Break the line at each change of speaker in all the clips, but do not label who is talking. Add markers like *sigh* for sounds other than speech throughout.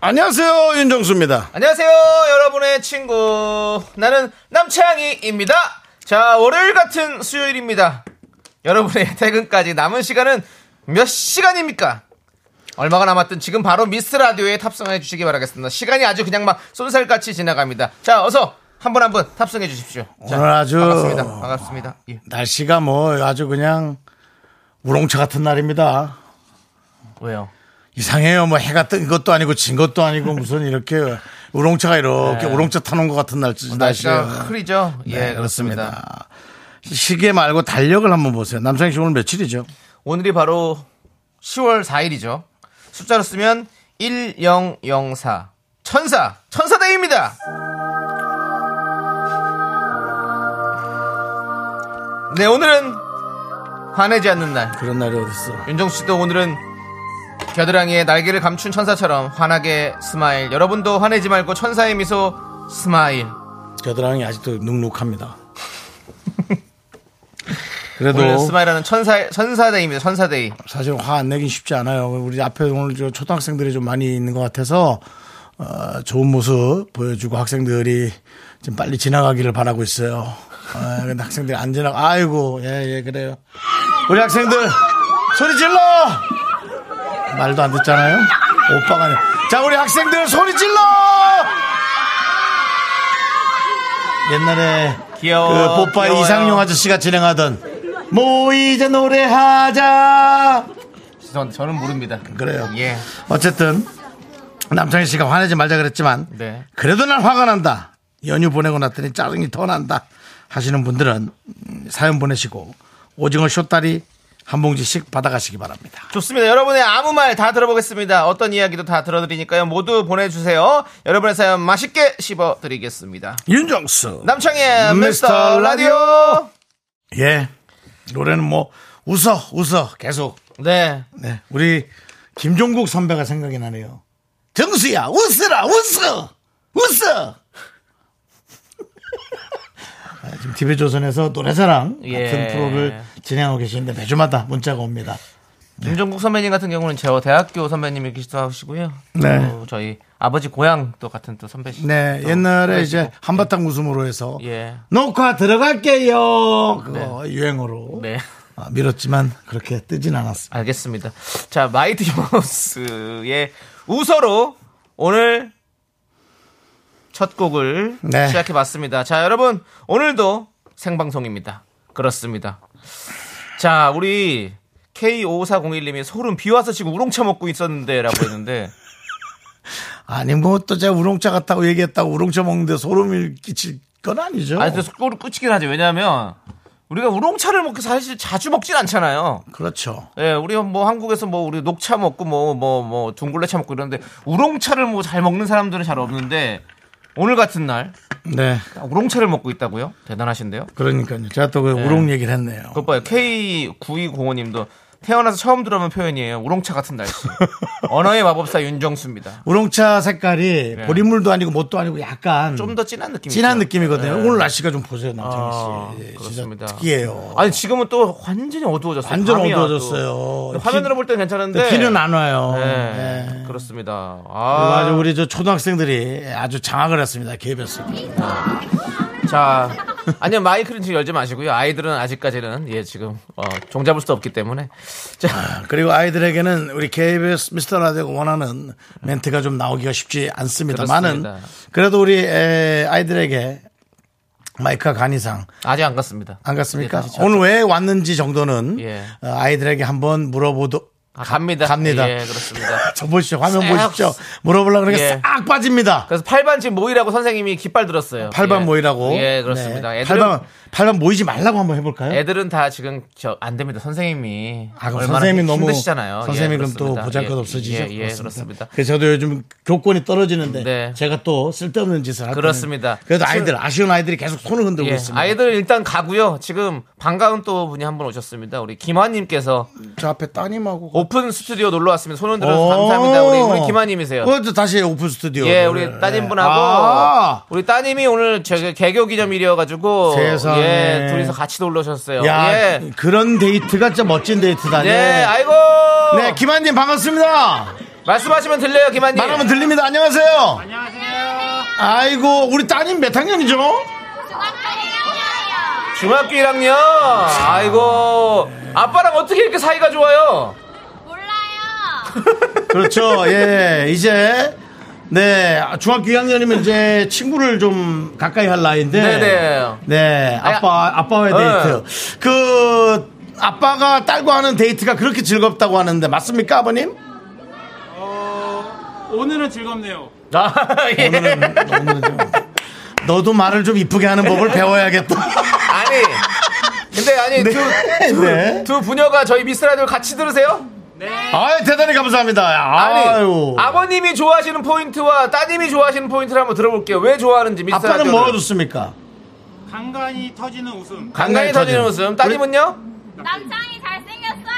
안녕하세요 윤정수입니다.
안녕하세요, 여러분의 친구. 나는 남창희입니다. 자, 월요일 같은 수요일입니다. 여러분의 *laughs* 퇴근까지 남은 시간은 몇 시간입니까? 얼마가 남았든 지금 바로 미스 라디오에 탑승해 주시기 바라겠습니다. 시간이 아주 그냥 막 쏜살같이 지나갑니다. 자, 어서 한 분 한 분 탑승해 주십시오. 자,
오늘 아주-
반갑습니다. 반갑습니다. 예.
날씨가 뭐 아주 그냥 우롱차 같은 날입니다.
왜요?
이상해요. 뭐 해가 뜬 것도 아니고 진 것도 아니고 무슨 이렇게 우롱차가 이렇게 우롱차 타는 것 같은 날,
어, 날씨가
날씨예요.
흐리죠?
네, 그렇습니다. 시계 말고 달력을 한번 보세요. 남창희 씨 오늘 며칠이죠?
오늘이 바로 10월 4일이죠. 숫자로 쓰면 1004. 천사, 천사대입니다. 네, 오늘은 화내지 않는 날.
그런 날이 어딨어.
윤정수 씨도 오늘은 겨드랑이에 날개를 감춘 천사처럼 환하게 스마일. 여러분도 화내지 말고 천사의 미소 스마일.
뭐? 겨드랑이 아직도 눅눅합니다.
오늘
그래도
스마일하는 천사, 천사대입니다. 천사데이.
사실 화 안 내긴 쉽지 않아요. 우리 앞에 오늘 저 초등학생들이 좀 많이 있는 것 같아서 어, 좋은 모습 보여주고 학생들이 좀 빨리 지나가기를 바라고 있어요. 아, 근데 학생들이 안 지나가. 아이고, 예, 예, 그래요. 우리 학생들 소리 질러! 말도 안 듣잖아요. 오빠가. 아니라. 자, 우리 학생들 소리 질러! 옛날에
귀여워.
그 뽀빠이
귀여워요.
이상용 아저씨가 진행하던 뭐 모이자 노래하자
죄송한데 저는 모릅니다.
그래요.
예.
어쨌든 남창희 씨가 화내지 말자 그랬지만
네.
그래도 난 화가 난다. 연휴 보내고 났더니 짜증이 더 난다 하시는 분들은 음, 사연 보내시고 오징어 쇼다리 한 봉지씩 받아가시기 바랍니다.
좋습니다. 여러분의 아무 말 다 들어보겠습니다. 어떤 이야기도 다 들어드리니까요. 모두 보내주세요. 여러분의 사연 맛있게 씹어드리겠습니다.
윤정수.
남창의
미스터
미스터 라디오.
예. 노래는 뭐 웃어 웃어 계속.
네.
네. 우리 김종국 선배가 생각이 나네요. 정수야 웃으라 웃어 웃어. *laughs* 아, 지금 TV 조선에서 노래자랑
예.
같은 프로를 진행하고 계시는데 매주마다 문자가 옵니다.
김종국 선배님 같은 경우는 저 대학교 선배님이기도 하시고요.
네.
또 저희 아버지 고향 또 같은 또 선배시.
네,
또
옛날에
선배시고.
이제 한바탕 웃음으로 해서
예.
녹화 들어갈게요. 그거 유행어로
네.
아, 밀었지만 그렇게 뜨진 않았습니다.
알겠습니다. 자, 마이티 마우스의 우서로 오늘 첫 곡을
네.
시작해 봤습니다. 자, 여러분, 오늘도 생방송입니다. 그렇습니다. 자, 우리 K5401님이 소름 비 와서 지금 우롱차 먹고 있었는데 라고 했는데
아니 뭐 또 제가 우롱차 같다고 얘기했다고 우롱차 먹는데 소름을 끼칠 건 아니죠.
아니, 그래서 소름 끄치긴 하죠. 왜냐하면 우리가 우롱차를 먹기 사실 자주 먹진 않잖아요.
그렇죠.
예, 우리 뭐 한국에서 뭐 우리 녹차 먹고 뭐 뭐 뭐 둥글레차 먹고 이러는데 우롱차를 뭐 잘 먹는 사람들은 잘 없는데 오늘 같은 날
네.
우롱차를 먹고 있다고요? 대단하신데요.
그러니까요. 제가 또 그 우롱 얘기를 했네요.
그것 봐요. K9205님도 태어나서 처음 들어본 표현이에요. 우롱차 같은
*laughs*
날씨. 언어의 마법사 윤정수입니다.
우롱차 색깔이 보리물도 아니고 못도 아니고 약간
네. 좀 더 진한 느낌.
진한
있죠? 네.
느낌이거든요. 오늘 날씨가 좀 보세요,
아,
남창희 씨. 예, 진짜
그렇습니다.
특이해요.
아니 지금은 또 완전히 어두워졌어요.
완전
밤이야, 또.
어두워졌어요.
화면으로 볼 때는 괜찮은데
비는 안 와요.
네,
예.
그렇습니다.
그리고
아,
아주 우리 저 초등학생들이 아주 장악을 했습니다. KBS.
자, 아니요 마이크는 지금 열지 마시고요. 아이들은 아직까지는 예 지금 어, 종잡을 수도 없기 때문에 자,
그리고 아이들에게는 우리 KBS 미스터 라디오가 원하는 멘트가 좀 나오기가 쉽지 않습니다만은
그렇습니다.
그래도 우리 에, 아이들에게 마이크가 간 이상
아직 안 갔습니다.
안 갔습니까?
예, 다시 차-
오늘 왜 왔는지 정도는
예.
어, 아이들에게 한번 물어보도
아, 갑니다.
갑니다.
예, 그렇습니다.
저 보십시오. 화면
싹.
보십시오. 물어보려고 그러니까
예.
싹 빠집니다.
그래서 8반 지금 모이라고 선생님이 깃발 들었어요.
팔반
예.
모이라고.
예, 그렇습니다.
네.
애들은
팔반 8번 모이지 말라고 한번 해볼까요?
애들은 다 지금 저 안 됩니다. 선생님이
아, 그럼
얼마나
선생님이 너무
힘드시잖아요.
선생님이
예,
그럼 또
그렇습니다.
보잘것
예,
없어지죠.
예, 예, 그렇습니다.
그래서 저도 요즘 교권이 떨어지는데
네.
제가 또 쓸데없는 짓을 할 때는
그렇습니다. 그렇죠.
그래도 아이들 아쉬운 아이들이 계속 손을 흔들고
예,
있습니다.
아이들 일단 가고요. 지금 반가운 또 분이 한 분 오셨습니다. 우리 김환님께서
저 앞에 따님하고
오픈 스튜디오 놀러 왔습니다. 손 흔들어서
오.
감사합니다. 우리 우리 김환님이세요.
그것도 다시 오픈 스튜디오.
예, 우리 따님분하고
아,
우리 따님이 오늘 저기 개교 기념일이어가지고
세상에.
예, 둘이서 같이 놀러 오셨어요.
야,
예,
그런 데이트가 진짜 멋진 데이트다.
네,
네.
아이고. 네.
네, 김한님 반갑습니다.
말씀하시면 들려요, 김환님.
말하면 들립니다. 안녕하세요. 안녕하세요. 아이고, 우리 따님 몇 학년이죠?
중학교 1학년. 아이고. 아빠랑 어떻게 이렇게 사이가 좋아요?
그렇죠. 예, 이제 네 중학교 2학년이면 이제 친구를 좀 가까이 할 나이인데.
네네.
네, 아빠 아빠와의
네.
데이트. 그 아빠가 딸과 하는 데이트가 그렇게 즐겁다고 하는데 맞습니까, 아버님?
오늘은 즐겁네요.
아, 예.
오늘은, 오늘은 좀 너도 말을 좀 이쁘게 하는 법을
*laughs*
배워야겠다.
아니. 근데 아니
네.
두,
네.
두 부녀가 저희 미스라디오 같이 들으세요?
아유 대단히 감사합니다.
아니
아유.
버님이 좋아하시는 포인트와 따님이 좋아하시는 포인트를 한번 들어볼게요. 왜 좋아하는지 미스라디오.
아빠는 뭐라 줬습니까?
간간히 터지는 웃음.
간간히 터지는 웃음. 따님은요?
남창이 잘생겼어요.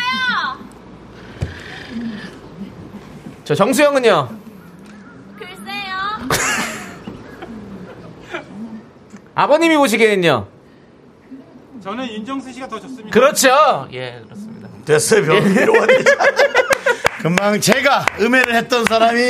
저 정수영은요?
글쎄요.
아버님이 보시기에는요?
저는 윤정수 씨가 더 좋습니다.
그렇죠. 예, 그렇습니다.
됐어요, 변호사로 예. *laughs* 금방 제가 음해를 했던 사람이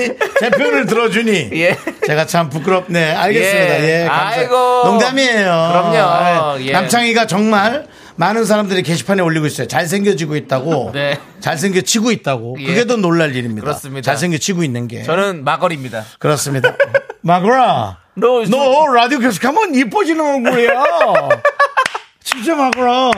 제 편을 들어주니
*laughs* 예.
제가 참 부끄럽네. 알겠습니다.
예.
예, 감사.
아이고.
농담이에요.
그럼요.
아,
예.
남창희가 정말 많은 사람들이 게시판에 올리고 있어요. 잘생겨지고 있다고.
*laughs* 네.
잘생겨치고 있다고.
예.
그게 더 놀랄 일입니다.
그렇습니다.
잘생겨치고 있는 게.
저는 마걸입니다. *laughs*
그렇습니다. 마구라.
너,
너 라디오 계속하면 이뻐지는
*laughs*
얼굴이야. 진짜 마구라.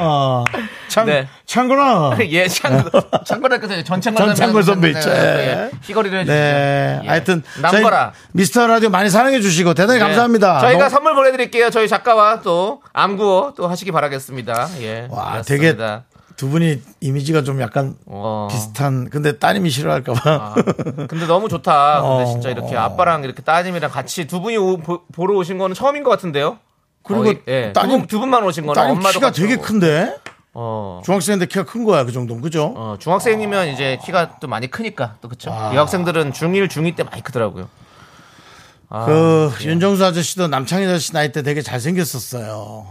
참,
네.
참구나.
*laughs* 예, 창고, 창고를 끄세요. 전창걸
전 창걸 선배 있죠.
예.
예.
희거리를 해주세요.
네.
예.
하여튼 저희
남거라.
미스터 라디오 많이 사랑해 주시고 대단히
네.
감사합니다.
저희가
너무-
선물 보내드릴게요. 저희 작가와 또 암구어 또 하시기 바라겠습니다. 예.
와,
그렇습니다.
되게 두 분이 이미지가 좀 약간
어. 아,
비슷한. 근데 따님이 싫어할까 봐.
근데 너무 좋다. 근데
어.
진짜 이렇게 아빠랑 이렇게 따님이랑 같이 두 분이 오- 보, 보러 오신 거는 처음인 것 같은데요.
그리고
어, 예. 두,
따님
분, 두 분만 오신 거는
*laughs* 따님
엄마도
키가
같이
되게
오고.
큰데
어.
중학생인데 키가 큰 거야 그 정도면 그죠?
어, 중학생이면 이제 키가 또 많이 크니까 또 그쵸.
와.
여학생들은 중1, 중2 때 많이 크더라고요. 아,
그 윤정수 아저씨도 남창희 아저씨 나이 때 되게 잘생겼었어요.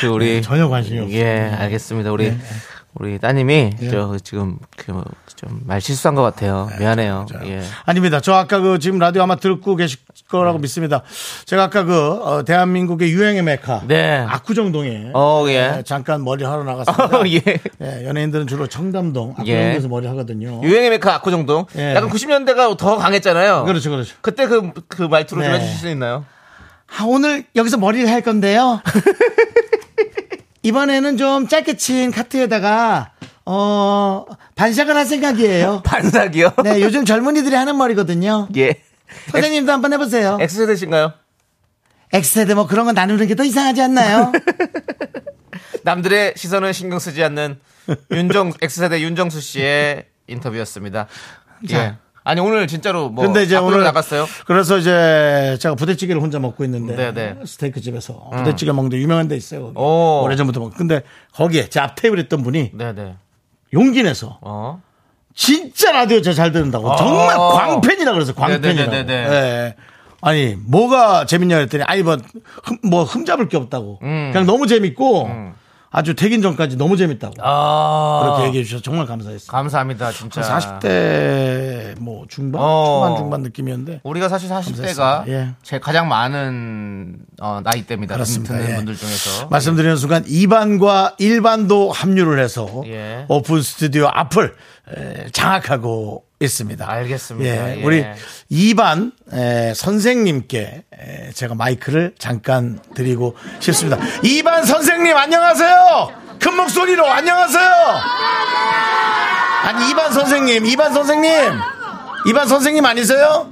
그 우리
네, 전혀 관심이 없어요. 네.
예, 알겠습니다. 우리 우리 따님이 저 지금 그 좀 말 실수한 것 같아요.
네,
미안해요. 예.
아닙니다. 저 아까 그 지금 라디오 아마 듣고 계실 거라고 믿습니다. 제가 아까 그 어, 대한민국의 유행의 메카
네.
아, 압구정동에
어, 예.
네, 잠깐 머리 하러 나갔습니다. *laughs*
*laughs* 어, 예.
예, 연예인들은 주로 청담동
예.
압구정동에서 머리 하거든요.
유행의 메카 압구정동.
예.
약간 90년대가 더 강했잖아요.
그렇죠, 그렇죠.
그때 그, 그 말투로 좀
네.
해주실 수 있나요? *laughs*
아, 오늘 여기서 머리를 할 건데요. *laughs* 이번에는 좀 짧게 친 카트에다가 어 반삭을 할 생각이에요.
반삭이요?
네, 요즘 젊은이들이 하는 머리거든요.
예.
선생님도 한번 해보세요.
X세대신가요?
X세대 뭐 그런 거 나누는 게 더 이상하지 *laughs* 않나요?
남들의 시선은 신경 쓰지 않는 윤정 *laughs* X세대 윤정수 씨의 인터뷰였습니다. 예.
자.
아니 오늘 진짜로 뭐
근데 이제 오늘
나갔어요.
그래서 이제 제가 부대찌개를 혼자 먹고 있는데
네네. 음.
스테이크 집에서 부대찌개 먹는데 유명한 데 있어요. 거기.
오.
오래전부터 먹. 근데 거기에 제 앞 테이블에 있던 분이
네네.
용기 내서
어.
진짜 라디오 제잘 듣는다고 정말 광팬이라 그래서 광팬이라고.
아. 네네네네.
예. 아니 뭐가 재밌냐 했더니 아니 뭐, 흠, 뭐 흠잡을 게 없다고.
음.
그냥 너무 재밌고 아주 퇴긴 전까지 너무 재밌다고
아.
그렇게 얘기해 주셔서 정말 감사했어요.
감사합니다 진짜.
40대 뭐 중반
어.
초반 중반 느낌이었는데
우리가 사실 40대가
감사했습니다. 예.
제 가장 많은 어, 나이대입니다.
그렇습니다.
듣는
예.
분들 중에서
말씀드리는 순간 2반과 1반도 합류를 해서
예.
오픈 스튜디오 앞을 에, 장악하고 있습니다.
알겠습니다.
예,
예.
우리 2반 에, 선생님께 에, 제가 마이크를 잠깐 드리고 싶습니다. 2반 선생님 안녕하세요. 큰 목소리로 안녕하세요. 아니 2반 선생님, 2반 선생님, 2반 선생님 아니세요?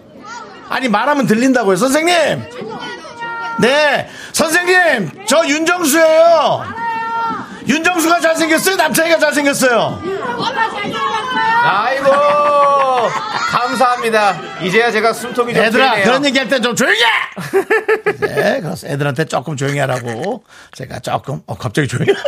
아니 말하면 들린다고요 선생님 네 선생님 저 윤정수예요 윤정수가 잘생겼어요 남창이가 잘생겼어요
아이고 감사합니다. 이제야 제가 숨통이 좀
애들아
트이네요.
그런 얘기할 땐 좀 조용히 해 네, 그래서 애들한테 조금 조용히 하라고 제가 조금 어 갑자기 조용히 *laughs*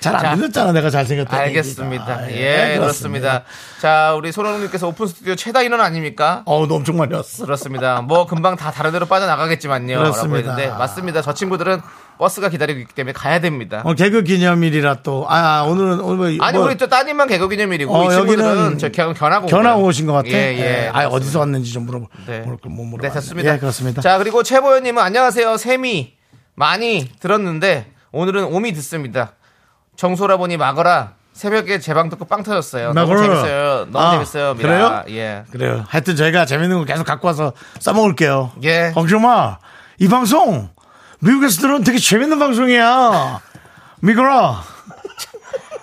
잘
자,
안 들렸잖아 내가 아, 잘생겼다
알겠습니다. 예, 그렇습니다. 자, 우리 손흥민님께서 오픈 스튜디오 최다 인원 아닙니까?
어우 너 엄청 많이 왔어
그렇습니다. 뭐 금방 다 다른 데로 빠져나가겠지만요. 라고
그렇습니다.
했는데 맞습니다. 저 친구들은 버스가 기다리고 있기 때문에 가야 됩니다.
어, 개그 기념일이라 또 아 오늘은 오늘 뭐-
아니
뭐-
우리 또 따님만 개그 기념일이고
어,
이 친구들은
여기는
저 견- 견하고
견하고
오고요.
오신 것 같아.
예, 예.
아 어디서 왔는지 좀 물어보.
네.
네. 못 물어봐.
네, 됐습니다.
예, 그렇습니다.
자, 그리고 최보현님은 안녕하세요. 셈이 많이 들었는데 오늘은 오미 듣습니다. 정소라 보니 막어라. 새벽에 제 방 듣고 빵 터졌어요. 너무
막어라.
재밌어요. 너무
아,
재밌어요. 미라.
그래요?
예.
그래요. 하여튼 저희가 재밌는 거 계속 갖고 와서 써먹을게요.
예.
걱정마. 이 방송 미국에서 들은 되게 재밌는 방송이야. 미거라.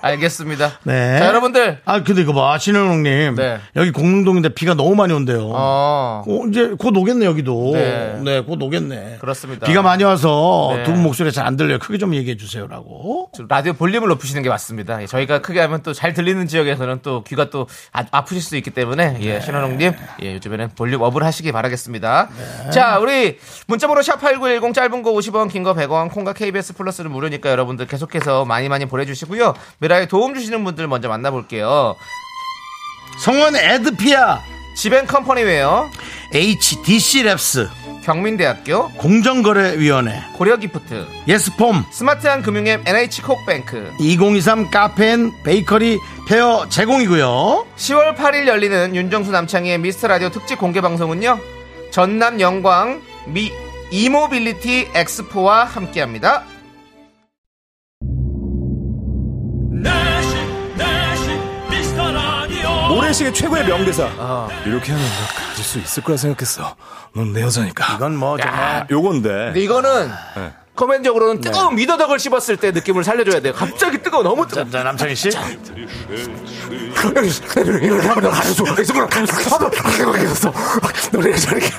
알겠습니다.
*laughs* 네.
자, 여러분들.
아 근데 이거 봐 신현웅님.
네.
여기 공릉동인데 비가 너무 많이 온대요.
어.
어, 이제 곧 오겠네 여기도.
네.
네. 곧 오겠네.
그렇습니다.
비가 많이 와서
네.
두 분 목소리 잘 안 들려요. 크게 좀 얘기해 주세요라고.
좀 라디오 볼륨을 높이시는 게 맞습니다. 예, 저희가 크게 하면 또 잘 들리는 지역에서는 또 귀가 또 아, 프실수 있기 때문에 예, 신원웅님 예, 요즘에는 볼륨 업을 하시기 바라겠습니다. 자 우리 문자번호 샵8910 짧은 거 50원 긴 거 100원 콩과 KBS 플러스는 무료니까 여러분들 계속해서 많이 많이 보내주시고요. 미라에 도움 주시는 분들 먼저 만나볼게요.
성원 에드피아
지벤컴퍼니웨어
HDC 랩스
경민대학교
공정거래위원회
고려기프트
예스폼
스마트한 금융앱 NH콕뱅크
2023 카페인 베이커리 페어 제공이고요.
10월 8일 열리는 윤정수 남창희의 미스터 라디오 특집 공개 방송은요. 전남 영광 미 이모빌리티 엑스포와 함께합니다.
내시 내시 미스터 라디오
모래시계 최고의 명대사.
아.
이렇게 하면 너 가질 수 있을 거라 생각했어. 넌 내 여자니까. 아,
이건 뭐 정말
요건데.
근데 이거는
네.
코멘적으로는 뜨거운 미더덕을 씹었을 때 느낌을 살려줘야 돼요. 갑자기 뜨거워 너무 뜨거워.
자, 남창희 씨.
이렇게 하면 너 가질 수 있을 거라 생각했어. 너내 여자니까.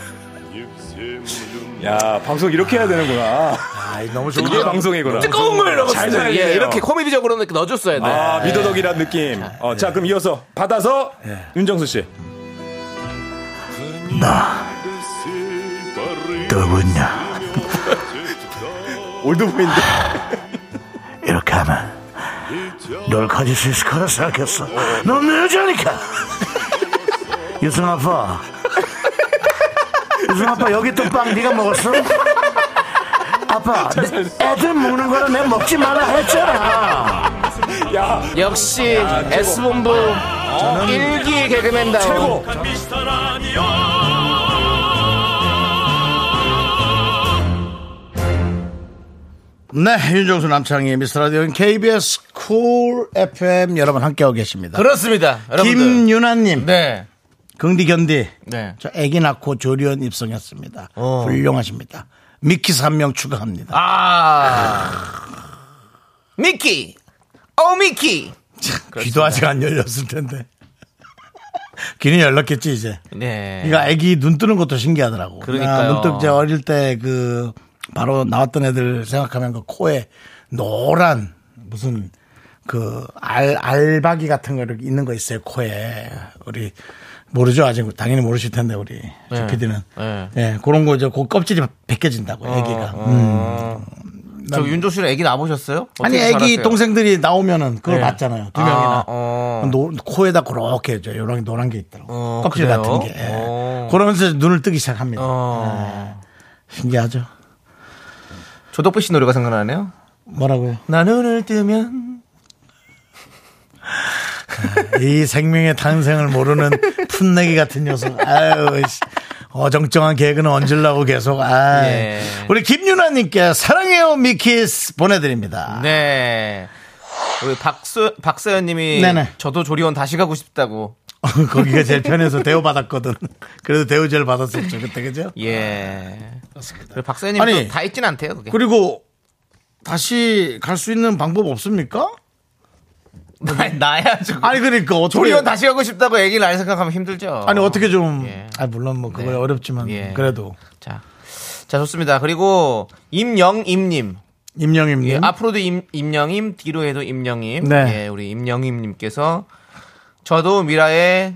야, 방송 이렇게 해야 되는구나.
아, 너무 좋은
이게 방송이구나.
뜨거운 걸
잘
넣었어요.
살리네요.
예, 이렇게 코미디적으로는 네. 이렇게 넣어줬어야 돼. 예.
아, 미더덕이란 느낌. 어, 자, 그럼 이어서 받아서
네.
윤정수 씨.
누구냐?
올드보인데.
*laughs*
이렇게 하면 널 가질 수 있을 거라 생각했어. 넌 내 여자니까. *laughs* 유승 아빠. *laughs* 유승 아빠 여기 또 빵 네가 먹었어? 아빠, 내 애들 먹는 거라 내가 먹지 말라 했잖아.
역시 S본부 일기 개그맨다운
최고.
미스터 라디오
네, 윤정수 남창희 미스터라디오인 KBS 쿨 FM 여러분 함께하고 계십니다.
그렇습니다. 여러분들.
김윤아님,
네.
긍디 견디.
네.
저 아기 낳고 조리원 입성했습니다.
어.
훌륭하십니다. 미키 3명 추가합니다.
아. 미키. 오 미키.
귀도 아직 안 열렸을 텐데. *laughs* 귀는 열렸겠지 이제.
네.
그러니까 아기 눈 뜨는 것도 신기하더라고.
그러니까요.
문득 이제 어릴 때 그 바로 나왔던 애들 생각하면 그 코에 노란 무슨 그 알, 알박이 같은 거 이렇게 있는 거 있어요 코에 우리 모르죠 아직 당연히 모르실 텐데 우리 조 PD는
네. 어,
예 그런 거 이제 그 껍질이 벗겨진다고 아기가 음.
저 윤조 씨는 애기 낳아보셨어요?
아니
어떻게
애기
자랐어요? 네.
동생들이 나오면은 그걸 봤잖아요 두 명이나 그
아, 어.
노- 코에다 그렇게 저 요런 노란 게 있더라고
어,
껍질
그래요?
같은 게 예.
어.
그러면서 눈을 뜨기 시작합니다 예.
어.
신기하죠
조덕배 씨 노래가 생각나네요.
뭐라고요
나 눈을 뜨면
이 생명의 탄생을 모르는 풋내기 같은 녀석 아유 씨. 어정쩡한 개그는 얹으려고 계속 아
예.
우리 김윤아님께 사랑해요 미키스 보내드립니다
네. 우리 박수 박서연님이
네네.
저도 조리원 다시 가고 싶다고.
*laughs* 거기가 제일 편해서 대우받았거든 그래도 대우 제일 받았었죠 그때 그죠
예. 그렇습니다. 박서연님
아니.
다 있진 않대요. 그게.
그리고 다시 갈 수 있는 방법 없습니까?
*laughs* 나야 지금.
아니 그러니까 어떻게
조리원 다시 가고 싶다고 얘기를 안 생각하면 힘들죠.
아니 어떻게 좀
예.
아, 물론 뭐 그거야
네.
어렵지만
예.
그래도
자, 자 좋습니다. 그리고 임영임님.
임영임 님.
예, 앞으로도 임, 임영임, 뒤로 해도 임영임.
네.
예, 우리 임영임님께서 저도 미라에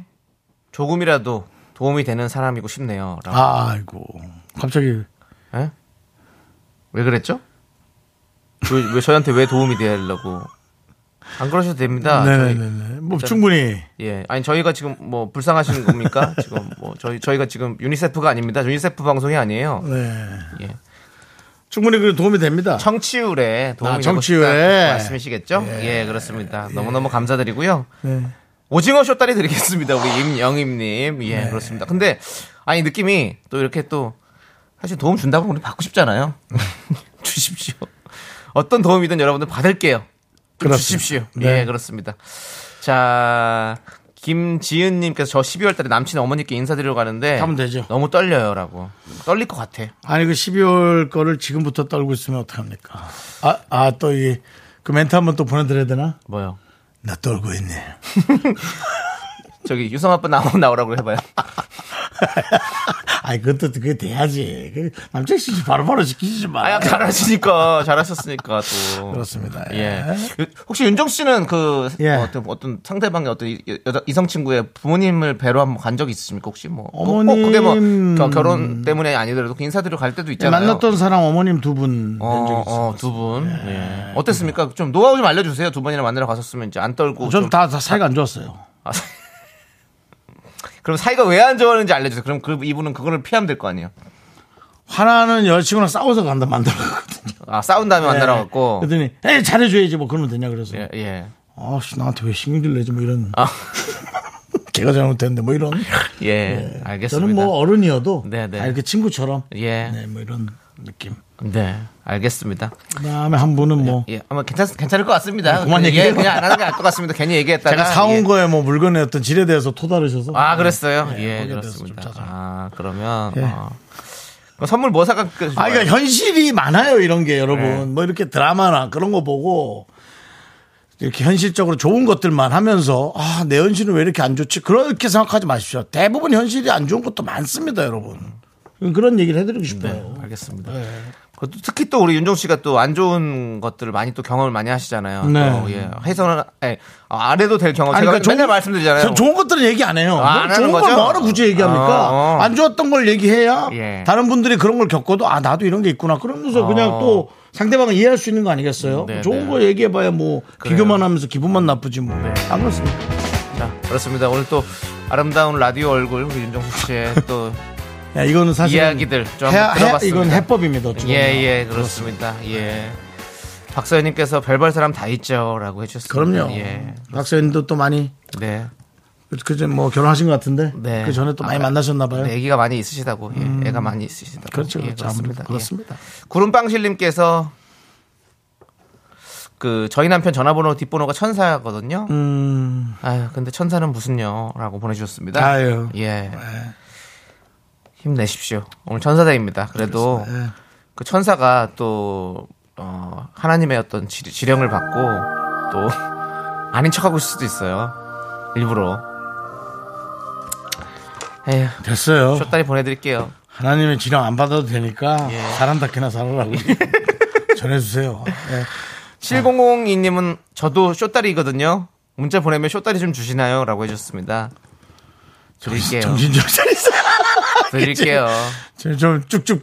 조금이라도 도움이 되는 사람이고 싶네요. 라고.
아이고. 갑자기
예? 왜 그랬죠? 왜, 왜 저희한테 왜 도움이 되려고? 안 그러셔도 됩니다. 저희-
네네네. 뭐 충분히
예, 아니 저희가 지금 뭐 불쌍하신 겁니까? 지금 뭐 저희 저희가 지금 유니세프가 아닙니다. 유니세프 방송이 아니에요.
네.
예.
충분히 그 도움이 됩니다.
청취율에 도움이
아,
되고
청취율에.
싶다 말씀이시겠죠? 예, 그렇습니다. 너무너무 감사드리고요.
네.
오징어 쇼다리 드리겠습니다. 우리 임영임님. 예,
네.
그렇습니다. 근데, 아니, 느낌이 또 이렇게 또, 사실 도움 준다고 우리 받고 싶잖아요.
*laughs*
주십시오. 어떤 도움이든 여러분들 받을게요. 좀
그렇습니다.
주십시오.
네.
예, 그렇습니다. 자, 김지은님께서 저 12월 달에 남친 어머니께 인사드리러 가는데.
가면 되죠.
너무 떨려요. 라고. 떨릴 것 같아.
아니 그 12월 거를 지금부터 떨고 있으면 어떡합니까? 아, 아, 또 이게 그 멘트 한번 또 보내드려야 되나?
뭐요?
나 떨고 있네. *laughs*
저기 유성 아빠 나오, 나오라고
*laughs*
해봐요.
아니, 그것도 그게 돼야지. 그 남자 씨 바로바로 시키지 마.
아야 잘하시니까 잘하셨으니까 또
그렇습니다.
예. 유- 혹시 윤정 씨는 그
예.
어, 어떤 어떤 상대방의 어떤 이- 여자 이성 친구의 부모님을 뵈러 한번 간 적이 있으십니까 혹시 뭐? 꼭- 꼭
어머님.
그게 뭐 겨- 결혼 때문에 아니더라도 그 인사드려 갈 때도 있잖아요.
예, 만났던 사람 어머님 두 분. 뵌 적이 있어요.
어두분 예. 어땠습니까? 좀 노하우 좀 알려주세요. 두 번이나 만나러 갔었으면 이제 안 떨고 좀-
어, 전다 다 사이가 안 좋았어요.
아, 그럼 사이가 왜 안 좋아하는지 알려주세요. 그럼 그 이분은 그거를 피하면 될 거 아니에요.
하나는 여자친구랑 싸워서 간다 만들어 갔거든요.
아 싸운
예.
다음에 만나러 갔고
그랬더니 에이, 잘해줘야지 뭐 그러면 되냐 그래서
예 예.
아씨 나한테 왜 신경질 내지 뭐 이런
아.
*laughs* 걔가 잘못했는데 뭐 이런
예, 알겠습니다.
저는 뭐 어른이어도
네, 네.
다 이렇게 친구처럼
예.
네, 뭐 이런 느낌
네, 알겠습니다.
그다음에 한 분은 뭐
예, 아마 괜찮, 괜찮을 것 같습니다.
네, 그만
예,
얘기해요.
그냥 안 하는 게 나을 것 같습니다. 괜히 얘기했다가.
제가 사온
예.
거에 뭐 물건의 어떤 질에 대해서 토다르셔서
아, 그랬어요?
네,
예,
거기에 대해서
그렇습니다.
좀 짜증.
아, 그러면.
예.
어. 그럼 선물 뭐 사갈까?
아, 그러니까 현실이 많아요, 이런 게 여러분.
네.
뭐 이렇게 드라마나 그런 거 보고 이렇게 현실적으로 좋은 것들만 하면서 아, 내 현실은 왜 이렇게 안 좋지? 그렇게 생각하지 마십시오. 대부분 현실이 안 좋은 것도 많습니다, 여러분. 그런 얘기를 해드리고 싶어요.
네, 알겠습니다.
네.
그것도 특히 또 우리 윤종 씨가 또 안 좋은 것들을 많이 또 경험을 많이 하시잖아요.
네.
또, 예. 해서는, 아니, 안 해도 될 경험.
아니,
어, 제가
그러니까
맨날
좋은-
말씀드리잖아요.
저 좋은 것들은 얘기 안 해요.
아,
뭐
안 하는
좋은 걸
거죠?
뭐하러 굳이 얘기합니까?
어, 어.
안 좋았던 걸 얘기해야
예.
다른 분들이 그런 걸 겪어도 아 나도 이런 게 있구나. 그러면서 그냥 또 상대방을 이해할 수 있는 거 아니겠어요?
어. 네,
좋은
네.
거 얘기해봐야 뭐 비교만 하면서 기분만 나쁘지 뭐. 안 그렇습니까?
자, 그렇습니다. 오늘 또 아름다운 라디오 얼굴, 우리 윤종 씨의 또
야, 이거는 사실
이야기들 좀
해,
한번 들어봤습니다.
이건 해법입니다. 어찌 보면.
예, 예, 그렇습니다. 예. 박서연님께서 별별 사람 다 있죠라고 해주셨습니다.
그럼요.
예.
박사님도 또 많이
네.
그전 뭐 결혼하신 것 같은데
네.
그 전에 또 많이
아,
만나셨나 봐요.
네, 애기가 많이 있으시다고. 예. 애가 많이 있으시다고.
음. 그렇죠,
예,
그렇죠. 아무래도
예.
그렇습니다.
구름빵실님께서 그 저희 남편 전화번호 뒷번호가 천사거든요.
음,
아유, 근데 천사는 무슨요?라고 보내주셨습니다.
아유,
예. 힘내십시오. 오늘 천사대입니다. 그래도
예.
그 천사가 또 어, 하나님의 어떤 지, 지령을 받고 또 *laughs* 아닌 척하고 있을 수도 있어요. 일부러. 에휴,
됐어요.
쇼다리 *laughs* 보내드릴게요.
하나님의 지령 안 받아도 되니까
예.
사람답게나 살아라고 *laughs* 전해주세요. 예.
7002님은 저도 쇼다리거든요. 문자 보내면 쇼다리 좀 주시나요? 라고 해주셨습니다. 드릴게요.
정신 좀 차리세요.
*laughs* 드릴게요.
좀- 좀 쭉쭉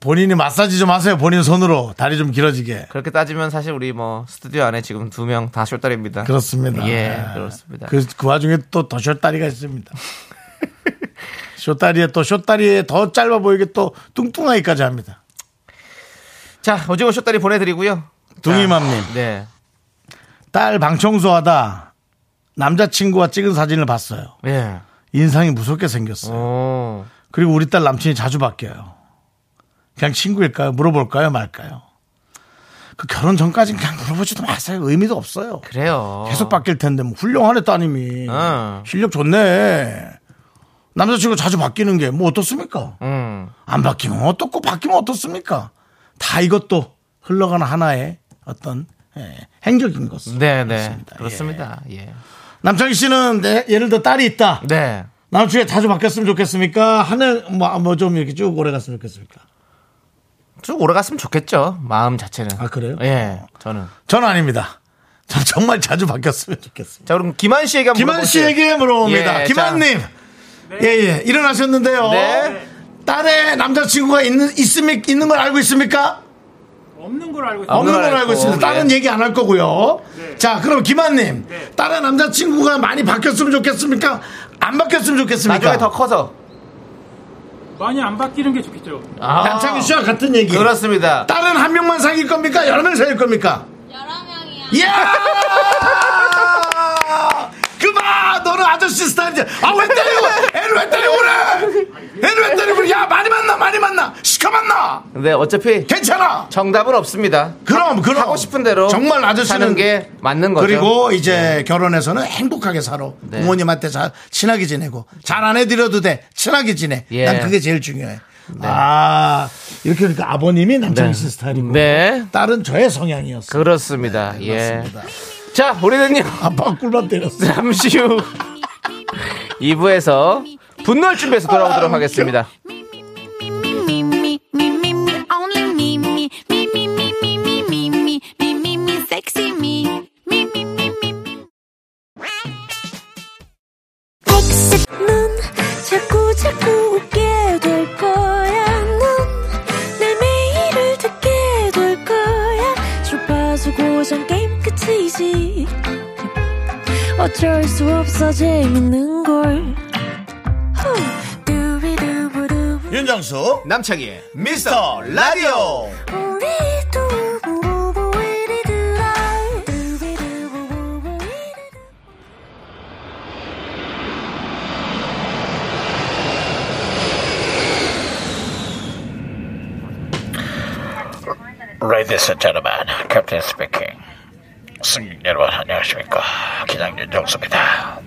본인이 마사지 좀 하세요. 본인 손으로 다리 좀 길어지게.
그렇게 따지면 사실 우리 뭐 스튜디오 안에 지금 두 명 다 쇼다리입니다.
그렇습니다.
예,
예.
그렇습니다.
그, 그 와중에 또 더 쇼다리가
*laughs*
있습니다. 쇼다리에 또 쇼다리에 더 짧아 보이게 또 뚱뚱하기까지 합니다.
자, 오징어 쇼다리 보내드리고요.
둥이맘님.
네.
딸 방청소하다 남자친구와 찍은 사진을 봤어요.
예.
인상이 무섭게 생겼어요.
오.
그리고 우리 딸 남친이 자주 바뀌어요. 그냥 친구일까요? 물어볼까요? 말까요? 그 결혼 전까지는 그냥 물어보지도 마세요. 의미도 없어요.
그래요.
계속 바뀔 텐데 뭐 훌륭하네 따님이
어.
실력 좋네 남자친구 자주 바뀌는 게 뭐 어떻습니까
음.
안 바뀌면 어떻고 바뀌면 어떻습니까 다 이것도 흘러가는 하나의 어떤 예, 행적인 것으로.
네, 네.
그렇습니다.
그렇습니다. 예.
남창희 씨는 내- 예를 들어 딸이 있다.
네.
다음 주에 자주 바뀌었으면 좋겠습니까? 하늘 뭐좀 이렇게 쭉 오래 갔으면 좋겠습니까?
쭉 오래 갔으면 좋겠죠. 마음 자체는.
아, 그래요?
예. 저는.
저는 아닙니다. 전 정말 자주 바뀌었으면 좋겠습니다.
자, 그럼 김한 씨에게 한번
김한
물어볼게요.
씨에게 물어봅니다.
예,
김한님, 예예 일어나셨는데요.
네.
딸의 남자친구가 있는 있습니 있는 걸 알고 있습니까?
없는 걸 알고 있어요.
없는 걸
알고
알고 있습니다.
네.
딸은 얘기 안 할 거고요.
네.
자, 그럼 김한님, 딸의 남자친구가 많이 바뀌었으면 좋겠습니까? 안 바뀌었으면 좋겠습니까?
나중에 더 커서.
많이 안 바뀌는 게 좋겠죠.
아,
남창희 씨와 같은 얘기.
그렇습니다.
딸은 한 명만 사귈 겁니까? 여러 명 사귈 겁니까?
여러 명이요.
야! 그만! 너는 아저씨 스타일이야. 아, 왜 때리고! 애를 왜 때리고 그래! 애를 왜 때리고 그래! 야, 많이 만나, 많이 만나! 시커 만나!
근데 네, 어차피
괜찮아!
정답은 없습니다.
그럼, 그럼.
하고 싶은 대로
정말 아저씨는.
사는 게 맞는 거죠. 네.
그리고 이제 결혼해서는 행복하게 살아. 부모님한테 잘 친하게 지내고. 잘 안 해드려도 돼. 친하게 지내.
예. 네.
난 그게 제일 중요해. 아, 이렇게 그러니까 아버님이 남창희 씨 스타일이고.
네.
딸은 저의 성향이었어.
그렇습니다. 예.
네, 그렇습니다.
자, 우리는요.
아빠 꿀만 때렸어.
잠시 후 *laughs* 2부에서 분노할 준비해서 돌아오도록 하겠습니다.
me, me, me, me, me, only me, me, me, me, me, me, me, me, me, me, me, me, sexy me, me, me, me, me, me. Sexy 눈, 자꾸, 자꾸 웃게 될 거야. 눈, 내 매일을 듣게 될 거야. 주파수 고정 게임 끝이지. 어쩔 수 없어 재밌는 걸. 후. 두비두부두.
윤정수
남창희의
미스터 라디오
Ladies and gentlemen, Captain speaking. 승객 여러분 안녕하십니까? 기장 윤정수입니다.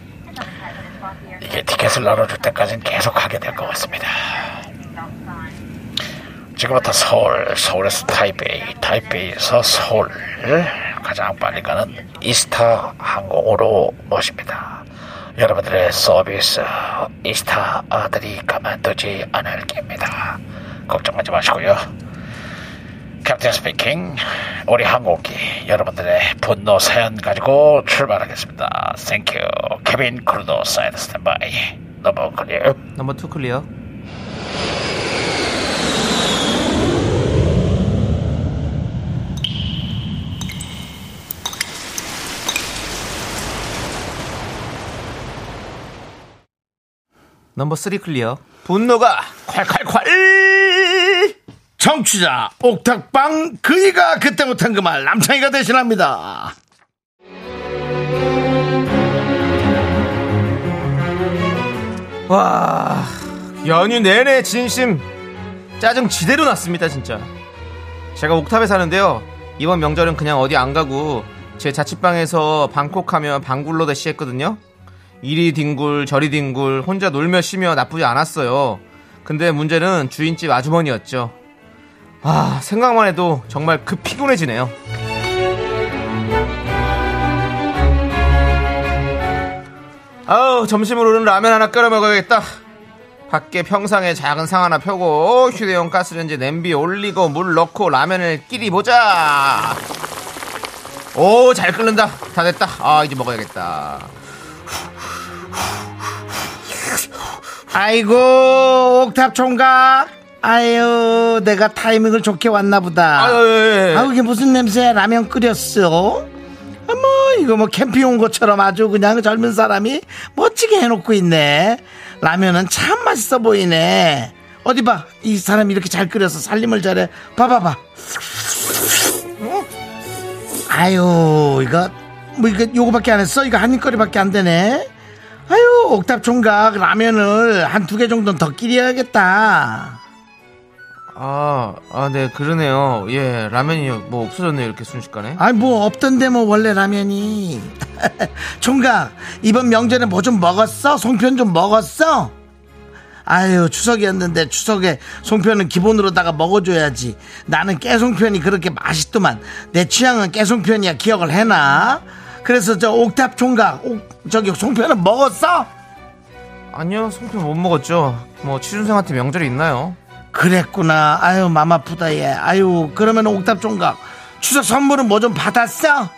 이게 티켓을 나눠줄 때까지는 계속 가게 될 것 같습니다. 지금부터 서울, 서울에서 타이베이, 타이베이에서 서울 가장 빨리 가는 이스타 항공으로 모십니다. 여러분들의 서비스 이스타 아들이 가만두지 않을 겁니다. 걱정하지 마시고요. 캡틴 스피킹 우리 항공기 여러분들의 분노 사연 가지고 출발하겠습니다 땡큐 케빈 크루도 사이드 스탠바이 넘버 클리어
넘버 투 클리어. 넘버 쓰리 클리어. 분노가 콸콸콸!
청취자 옥탑방 그이가 그때 못한 그 말 남창희가 대신합니다
와 연휴 내내 진심 짜증 지대로 났습니다 진짜 제가 옥탑에 사는데요 이번 명절은 그냥 어디 안 가고 제 자취방에서 방콕하며 방굴로 대시 했거든요 이리 뒹굴 저리 뒹굴 혼자 놀며 쉬며 나쁘지 않았어요 근데 문제는 주인집 아주머니였죠 아 생각만 해도 정말 급 피곤해지네요 아우 점심으로는 라면 하나 끓여 먹어야겠다 밖에 평상에 작은 상 하나 펴고 휴대용 가스레인지 냄비 올리고 물 넣고 라면을 끼리 보자 오 잘 끓는다 다 됐다 아 이제 먹어야겠다
아이고 옥탑 총각 아유 내가 타이밍을 좋게 왔나 보다
아유 예, 예.
아우 이게 무슨 냄새 라면 끓였어 어머 이거 뭐 캠핑 온 것처럼 아주 그냥 젊은 사람이 멋지게 해놓고 있네 라면은 참 맛있어 보이네 어디 봐 이 사람이 이렇게 잘 끓여서 살림을 잘해 봐봐봐 아유 이거 뭐 이거 요거밖에 안 했어 이거 한입거리밖에 안 되네 아유 옥탑 총각 라면을 한 두 개 정도는 더 끼려야겠다
아, 아, 네, 그러네요. 예, 라면이 뭐 없어졌네, 이렇게 순식간에.
아니 뭐 없던데 뭐 원래 라면이 *laughs* 총각 이번 명절에 뭐 좀 먹었어 송편 좀 먹었어 아유 추석이었는데 추석에 송편은 기본으로다가 먹어줘야지 나는 깨송편이 그렇게 맛있더만 내 취향은 깨송편이야 기억을 해놔 그래서 저 옥탑 총각 옥, 저기 송편은 먹었어?
아니요, 송편 못 먹었죠. 뭐 취준생한테 명절이 있나요?
그랬구나 아유 맘 아프다 얘 아유 그러면 옥탑 총각 추석 선물은 뭐 좀 받았어?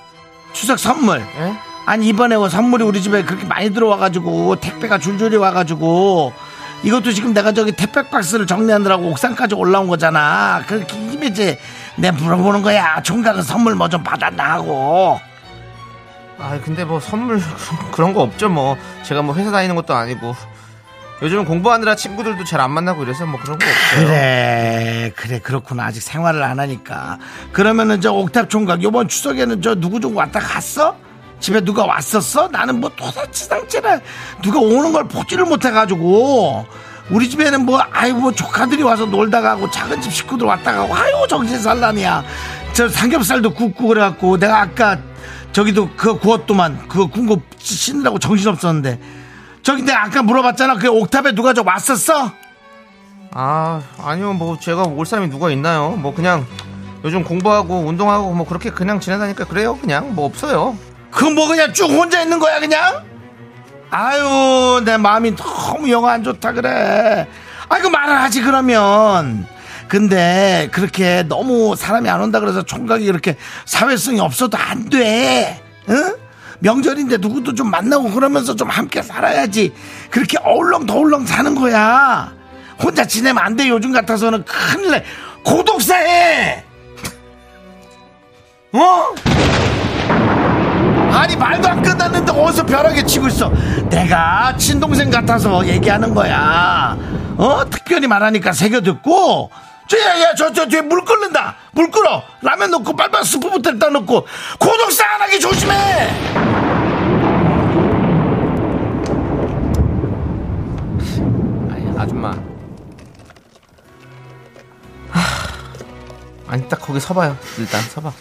추석 선물
예?
아니 이번에 뭐 선물이 우리 집에 그렇게 많이 들어와가지고 택배가 줄줄이 와가지고 이것도 지금 내가 저기 택배 박스를 정리하느라고 옥상까지 올라온 거잖아. 그 김에 이제 내 물어보는 거야. 총각은 선물 뭐 좀 받았나 하고.
아, 근데 뭐 선물 *laughs* 그런 거 없죠. 뭐 제가 뭐 회사 다니는 것도 아니고 요즘 공부하느라 친구들도 잘 안 만나고 이래서 뭐 그런 거 없어요.
그래 그래 그렇구나 아직 생활을 안 하니까 그러면은 저 옥탑 총각 요번 추석에는 저 누구 좀 왔다 갔어? 집에 누가 왔었어? 나는 뭐 토사치상체라 누가 오는 걸 보지를 못해가지고 우리 집에는 뭐 아이 뭐 조카들이 와서 놀다 가고 작은 집 식구들 왔다 가고 아유 정신 산란이야 저 삼겹살도 굽고 그래갖고 내가 아까 저기도 그거 구웠더만 그거 군 거 씻느라고 정신 없었는데 저기 내가 아까 물어봤잖아 그 옥탑에 누가 저 왔었어?
아, 아니요. 뭐 제가 올 사람이 누가 있나요? 뭐 그냥 요즘 공부하고 운동하고 뭐 그렇게 그냥 지내다니까 그래요. 그냥 뭐 없어요.
그 뭐 그냥 쭉 혼자 있는 거야 그냥? 아유 내 마음이 너무 영화 안 좋다 그래 아이고 말을 하지 그러면 근데 그렇게 너무 사람이 안 온다 그래서 총각이 이렇게 사회성이 없어도 안돼 응? 명절인데 누구도 좀 만나고 그러면서 좀 함께 살아야지 그렇게 어울렁더울렁 사는 거야 혼자 지내면 안 돼 요즘 같아서는 큰일 내 고독사해 *laughs* 어? 아니 말도 안 끝났는데 어디서 벼락에 치고 있어 내가 친동생 같아서 얘기하는 거야 어 특별히 말하니까 새겨 듣고 저야야 저 저 뒤에 물 끓는다 물 끓어 라면 넣고 빨빨 스프부터 일단 넣고 고독사 안 하게 조심해
아니, 아줌마. 하, 아니 딱 거기 서봐요. 일단 서봐.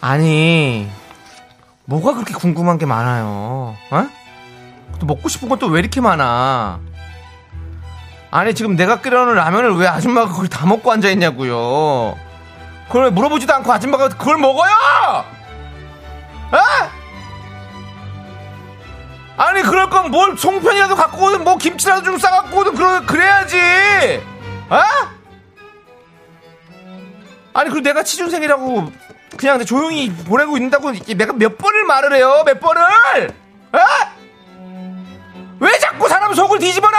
아니 뭐가 그렇게 궁금한 게 많아요? 어? 또 먹고 싶은 건 또 왜 이렇게 많아? 아니 지금 내가 끓여놓은 라면을 왜 아줌마가 그걸 다 먹고 앉아 있냐고요? 그걸 왜 물어보지도 않고 아줌마가 그걸 먹어요? 어? 아니 그럴 건 뭘 송편이라도 갖고 오든 뭐 김치라도 좀 싸갖고 오든 그러, 그래야지 어? 아니 그리고 내가 취준생이라고 그냥 조용히 보내고 있는다고 이게 내가 몇 번을 말을 해요 몇 번을 어? 왜 자꾸 사람 속을 뒤집어놔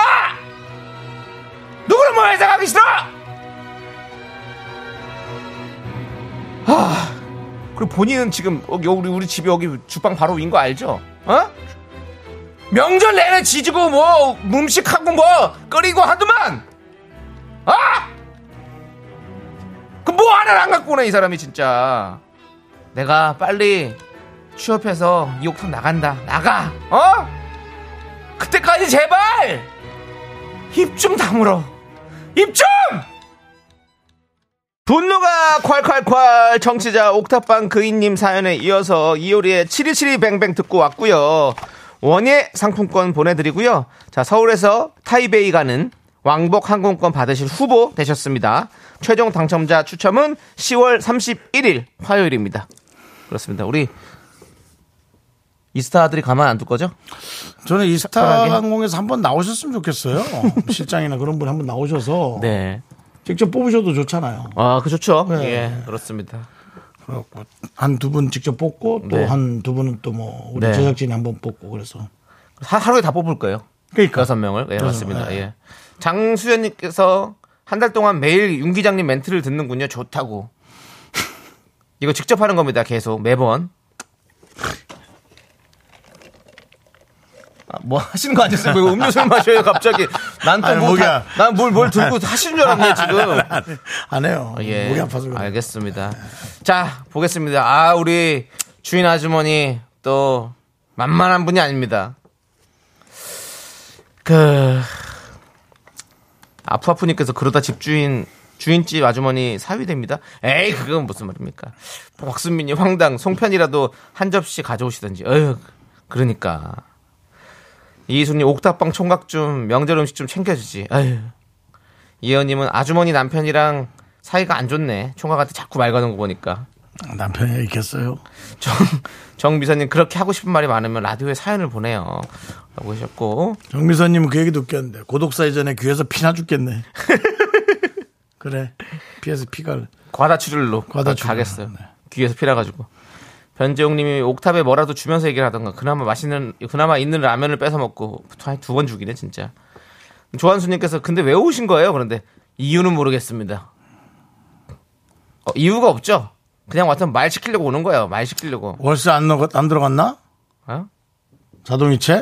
누구를 뭐 회사 가기 싫어 아 아, 그리고 본인은 지금 여기 우리 우리 집이 여기 주방 바로 위인 거 알죠 어? 명절 내내 지지고 뭐 음식하고 뭐 끓이고 하더만 아! 그 뭐 하나를 안 갖고 오네 이 사람이 진짜 내가 빨리 취업해서 이 옥탑 나간다 나가 어? 그때까지 제발 입 좀 다물어 입 좀! 분노가 콸콸콸 청취자 옥탑방 그인님 사연에 이어서 이효리의 7272 뱅뱅 듣고 왔고요. 원예 상품권 보내드리고요. 자 서울에서 타이베이 가는 왕복 항공권 받으실 후보 되셨습니다. 최종 당첨자 추첨은 10월 31일 화요일입니다. 그렇습니다. 우리 이스타들이 가만 안 둘 거죠?
저는 이스타
착하게.
항공에서 한번 나오셨으면 *laughs* 좋겠어요 실장이나 그런 분 한번 나오셔서
네.
직접 뽑으셔도 좋잖아요
아, 그 좋죠.
네.
예, 그렇습니다.
한 두 분 직접 뽑고
네.
또 한 두 분은 또 뭐 우리
네.
제작진이 한번 뽑고 그래서
하, 하루에 다 뽑을 거예요.
그러니까.
여섯 명을. 예,
그래서,
맞습니다.
예.
예. 장수현님께서 한 달 동안 매일 윤 기장님 멘트를 듣는군요. 좋다고. 이거 직접 하는 겁니다. 계속 매번. 아, 뭐 하시는 거 아니었어요? 왜 음료수를 마셔요 갑자기? 뭐
아니, 아, 목이 아-
난또뭐난뭘뭘 들고 하시는 줄 알았네
*laughs*
지금.
안 해요
어, 예.
목이 아파서 그래
알겠습니다. 자, 보겠습니다. 아, 우리 주인 아주머니 또 만만한 분이 아닙니다. 그 아프아프님께서 그러다 집주인 주인집 아주머니 사위 됩니다. 에이, 그건 무슨 말입니까? 박순민이 황당 송편이라도 한 접시 가져오시든지. 어휴, 그러니까 이순님 옥탑방 총각 좀 명절 음식 좀 챙겨주지. 아유. 이현님은 아주머니 남편이랑 사이가 안 좋네. 총각한테 자꾸 말 거는 거 보니까.
아, 남편이 있겠어요?
정, 정비서님 그렇게 하고 싶은 말이 많으면 라디오에 사연을 보내요. 라고 하셨고
정미선님은 그 얘기도 웃겼는데 고독사 이전에 귀에서 피나 *laughs* 죽겠네. 그래. 피에서 피가
과다출혈로
과다출혈.
가겠어요.
네.
귀에서 피나가지고. 변재용님이 옥탑에 뭐라도 주면서 얘기를 하던가 그나마 맛있는 그나마 있는 라면을 뺏어 먹고 두 번 죽이네 진짜. 조한수님께서 근데 왜 오신 거예요? 그런데 이유는 모르겠습니다. 어, 이유가 없죠. 그냥 왔으면 말 시키려고 오는 거예요. 말 시키려고.
월세 안, 넣, 안 들어갔나?
어?
자동이체?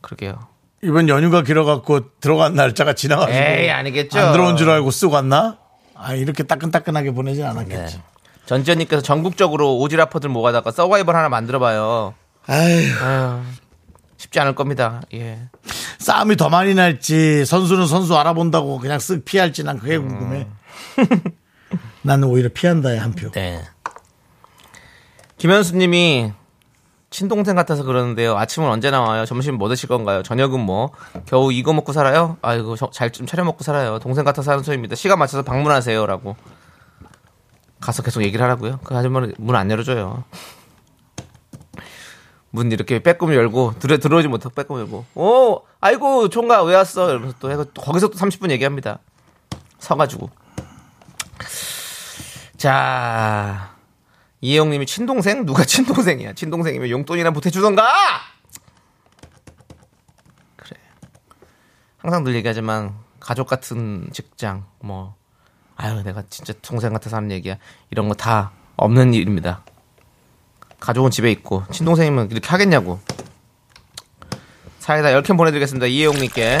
그러게요.
이번 연휴가 길어갖고 들어간 날짜가 지나가지고
에이, 아니겠죠.
안 들어온 줄 알고 쓰고 왔나? 아 이렇게 따끈따끈하게 보내진
네.
않았겠지.
전지현님께서 전국적으로 오지라퍼들 모아다가 서바이벌 하나 만들어봐요.
아휴,
아유, 쉽지 않을 겁니다. 예.
싸움이 더 많이 날지 선수는 선수 알아본다고 그냥 쓱 피할지 난 그게 궁금해. 나는 오히려 피한다에 한 표.
음. 네. 김현수님이 친동생 같아서 그러는데요. 아침은 언제 나와요? 점심 뭐 드실 건가요? 저녁은 뭐? 겨우 이거 먹고 살아요? 아이고 잘 좀 차려 먹고 살아요. 동생 같아서 하는 소리입니다. 시간 맞춰서 방문하세요라고 가서 계속 얘기를 하라고요. 그 아줌마는 문 안 열어줘요. 문 이렇게 빼꼼 열고 들어 들어오지 못하고 빼꼼 열고. 오, 아이고 총각 왜 왔어? 이러면서 또 해서 거기서 또 30분 얘기합니다. 서가지고. 자, 이혜영님이 친동생? 누가 친동생이야? 친동생이면 용돈이나 보태주던가! 그래. 항상 늘 얘기하지만, 가족 같은 직장, 뭐, 아유, 내가 진짜 동생 같아서 하는 얘기야. 이런 거 다 없는 일입니다. 가족은 집에 있고, 친동생이면 이렇게 하겠냐고. 사이다 10캔 보내드리겠습니다. 이혜영님께.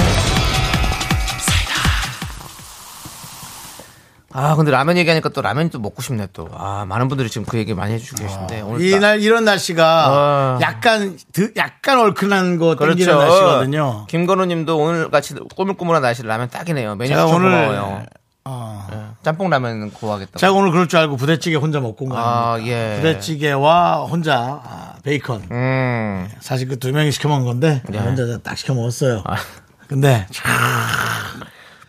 아, 근데 라면 얘기하니까 또 라면이 또 먹고 싶네, 또. 아, 많은 분들이 지금 그 얘기 많이 해주시고 계신데. 오늘 딱-
이날 이런 날씨가
아.
약간 드- 약간 얼큰한 거 땡기는 날씨거든요.
그렇죠. 김건우님도 오늘 같이 꾸물꾸물한 날씨 라면 딱이네요. 메뉴가
제가
오늘
오늘-
고마워요. 예,
어.
짬뽕 라면 구하겠다.
제가 오늘 그럴 줄 알고 부대찌개 혼자 먹고 온 거예요.
아 예.
부대찌개와 혼자 아, 베이컨.
음.
사실 그 두 명이 시켜 먹은 건데 아,
네. 아.
혼자 딱 시켜 먹었어요. 근데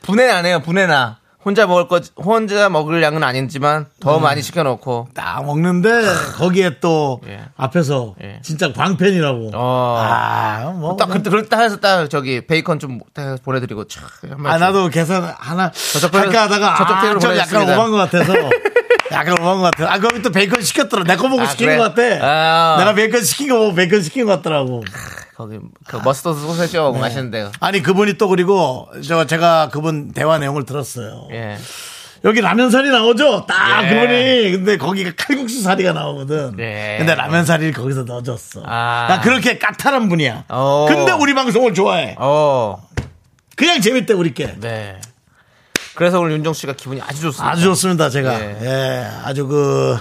분해 나네요. 분해 나. 혼자 먹을 거 혼자 먹을 양은 아니지만
음.
더 많이 시켜놓고.
딱 먹는데 거기에 또
아. 예.
앞에서
예.
진짜 광팬이라고.
어.
아뭐
딱 그때 그럴 때 해서 딱 저기 베이컨 좀 딱 보내드리고 촥. 그 한번
아, 나도 계산 하나
저쪽
잠깐
테이블-
하다가
저쪽 테이블
아, 좀
보내겠습니다.
약간 오만 것
*laughs*
같아서 약간 오만 것 같아. 아 거기 또 베이컨 시켰더라. 내 거 보고
아,
시킨
그래?
것 같아.
아.
내가 베이컨 시킨 거 보고 베이컨 시킨 것 같더라고.
거기 그 머스터드 소세지
네.
하고 마시는데요.
아니 그분이 또 그리고 저 제가 그분 대화 내용을 들었어요.
예.
여기 라면사리 나오죠? 딱
예.
그분이 근데 거기가 칼국수 사리가 나오거든.
예.
근데 라면사리를 거기서 넣어줬어.
아.
나 그렇게 까탈한 분이야.
어.
근데 우리 방송을 좋아해.
어.
그냥 재밌대 우리께.
네. 그래서 오늘 윤정 씨가 기분이 아주 좋습니다.
아주 좋습니다 제가.
예.
예. 아주 그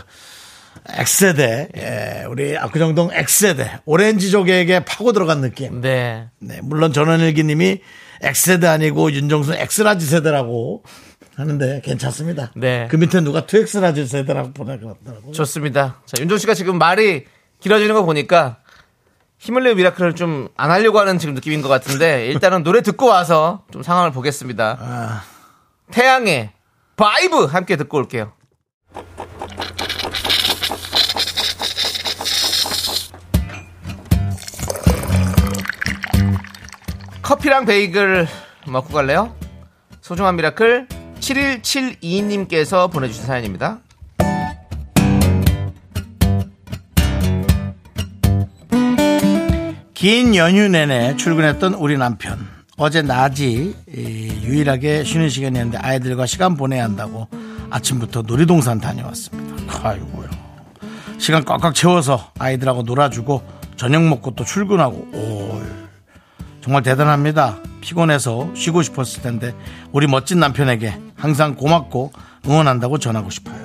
X세대 예, 우리 압구정동 X세대 오렌지족에게 파고 들어간 느낌.
네.
네, 물론 전원일기님이 X세대 아니고 윤정수 X라지 세대라고 하는데 괜찮습니다.
네.
그 밑에 누가 2X라지 세대라고 보내더라고요.
좋습니다. 자, 윤종 씨가 지금 말이 길어지는 거 보니까 힘을 내요 미라클을 좀 안 하려고 하는 지금 느낌인 것 같은데 일단은 노래 듣고 와서 좀 상황을 보겠습니다. 태양의 바이브 함께 듣고 올게요. 커피랑 베이글 먹고 갈래요? 소중한 미라클 7172님께서 보내주신 사연입니다.
긴 연휴 내내 출근했던 우리 남편. 어제 낮이 이, 유일하게 쉬는 시간이었는데 아이들과 시간 보내야 한다고 아침부터 놀이동산 다녀왔습니다. 아이고요. 시간 꽉꽉 채워서 아이들하고 놀아주고 저녁 먹고 또 출근하고 오 정말 대단합니다. 피곤해서 쉬고 싶었을 텐데 우리 멋진 남편에게 항상 고맙고 응원한다고 전하고 싶어요.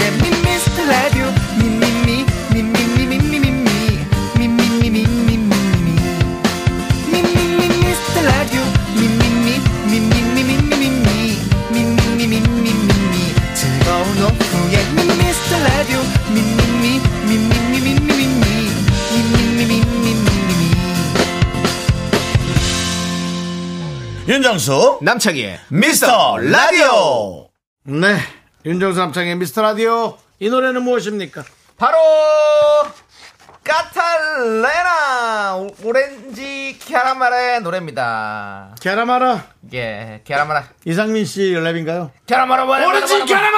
미스터 라디오 미미미 미미미 미미미 미미미 미미미 미미미 미스터 라디오 미미미 미미미 미미미 미미미 미미미 즐거운 오후에 미스터 라디오 미미미 미미미 미미미 미미미 미미미
윤정수
남창희의
미스터 라디오. 네, 윤정수 남창의 미스터 라디오. 이 노래는 무엇입니까?
바로 카탈레나 오- 오렌지 캐라멜의 노래입니다.
캐라마라
예, 캐라멜.
이상민 씨 연락인가요?
캐라멜 오렌지 캐라멜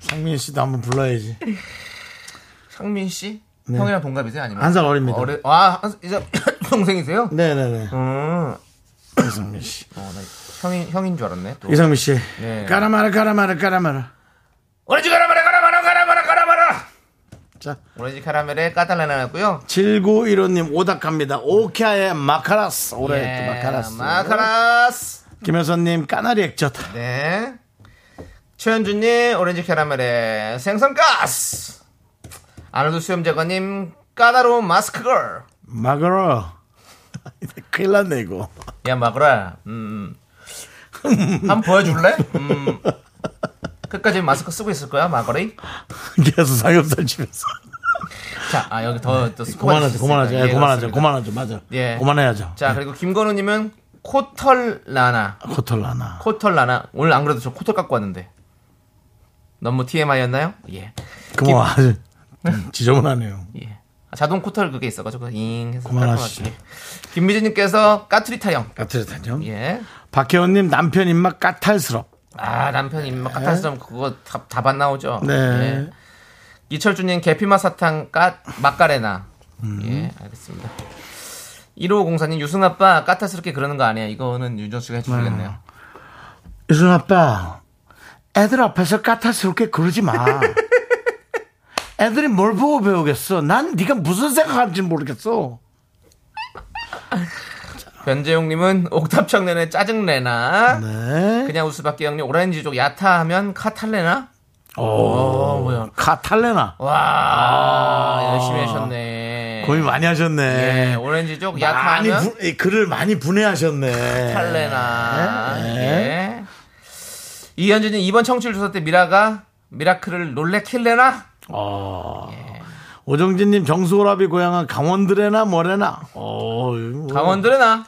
상민 씨도 한번 불러야지.
상민 씨 형이랑 동갑이세요? 아니면
네. 한살 어립니다.
어리- 아, 한, 이제 *coughs* 동생이세요?
네네네.
음,
이상민 씨.
어, 나 형인 형인 줄 알았네. 또.
이상민 씨.
네.
까라마라 까라마라 까라마라.
오렌지 캐라멜 캐라멜 캐라멜 캐라멜.
자,
오렌지 캐라멜의 카탈레나였고요.
7915님 오닥합니다. 오케아의 마카라스. 올해
예,
네, 또 마카라스.
마카라스.
김현선님 까나리 액젓.
네. 최현주님 오렌지 캐러멜에 생선가스. 아놀드 수염제거님 까다로운 마스크걸.
마그로. *laughs* 큰일 났네, 이거. *laughs*
야 마그라. 음. 한번 보여줄래? 음. 끝까지 마스크 쓰고 있을 거야 마거리.
계속 삼겹살 집에서.
자, 아 여기 더또
네. 그만하죠, 그만하죠. 예, 그만하죠, 그만하죠. 맞아.
예.
그만해야죠.
자 그리고 김건우님은 코털라나.
코털라나.
코털라나. 오늘 안 그래도 저 코털 갖고 왔는데. 너무 TMI였나요? 예. 음.
그만 아주 좀 음, 지저분하네요.
예. 자동 코털 그게 있어가지고 잉 해서
그만하시죠.
깔끔하게. 김미진님께서 까투리 타령.
까탈스럽죠.
예.
박혜원님 남편 입맛 까탈스럽.
아 남편 입맛 카타스럼 그거 다, 다반 나오죠.
네.
예. 이철주님 계피맛 사탕 까 마카레나.
음.
예 알겠습니다. 1504님 유승 아빠 까탈스럽게 그러는 거 아니야. 이거는 윤정 씨가 해주시겠네요.
유순 아빠, 애들 앞에서 까탈스럽게 그러지
*laughs*
마. 애들이 뭘 보고 배우겠어? 난 네가 무슨 생각하는지 모르겠어.
변재용님은 옥탑청 내내 짜증내나.
네.
그냥 우스밖에 형님 오렌지족 야타하면 카탈레나. 어,
오,
뭐야.
카탈레나.
와
아.
열심히 하셨네.
고민 많이 하셨네.
예, 오렌지족
많이
야타하면
분- 이 글을 많이 분해하셨네.
탈레나. 예. 이현진님 이번 청취율 조사 때 미라가 미라클을 놀래킬래나?
오정진님 정수호랍이 고향은 강원드레나 뭐래나. 어, 이거 뭐.
강원들레나?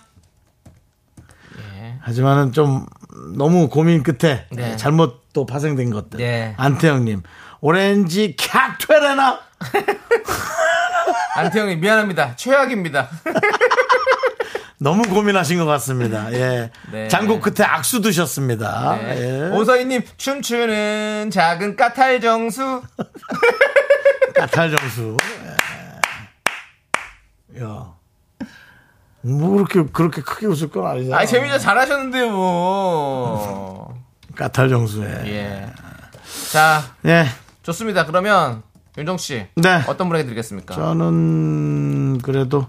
하지만은 좀 너무 고민 끝에
네.
잘못 또 파생된 것들.
네.
안태영님 오렌지 캬퇴레나.
안태형님 미안합니다. 최악입니다.
너무 고민하신 것
*laughs*
같습니다. 예.
네.
장고 끝에 악수 드셨습니다.
네.
예.
오서희님 춤추는 작은 까탈 정수.
까탈 정수. 예. 야. 뭐 그렇게 그렇게 크게 웃을 건 아니잖아.
아 재미있어 잘하셨는데요 뭐.
아. 까탈 예. 정수에. 예.
예. 자 좋습니다. 그러면 윤정 씨
네.
어떤 분에게 드리겠습니까?
저는 그래도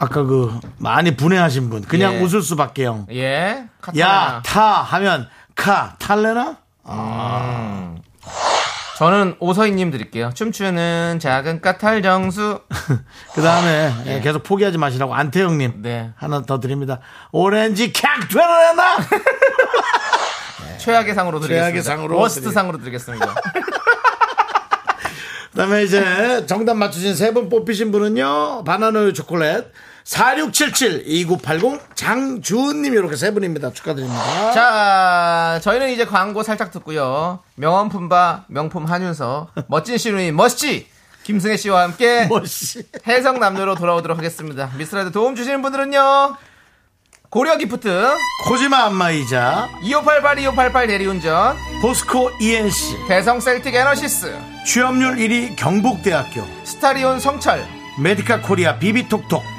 아까 그 많이 분해하신 분 그냥
예.
웃을 수밖에 형.
예. 카타나.
야타 하면 카 탈레나? *laughs*
저는 오서희님 드릴게요. 춤추는 작은 까탈 정수.
그 다음에 계속 포기하지 마시라고 안태영님
아, 예. 네.
하나 더 드립니다. 오렌지 캬 퇴레나. *laughs*
최악의 상으로 드리겠습니다.
최악의 상으로
워스트
드리-
상으로 드리겠습니다. *laughs*
그다음에 이제 정답 맞추신 세 분 뽑히신 분은요 바나나우유 초콜릿 4677-2980 장주은님 이렇게 세 분입니다 축하드립니다
자, 저희는 이제 광고 살짝 듣고요. 명언 품바 명품 한윤서 멋진 시누이 멋지 김승혜 씨와 함께
뭐씨
해성 남녀로 돌아오도록 하겠습니다. 미스라드 도움 주시는 분들은요. 고려 기프트,
코지마 안마이자
2588, 2588 대리운전,
포스코 ENC
대성 셀틱 에너시스,
취업률 1위 경북대학교
스타리온 성철,
메디카 코리아 비비톡톡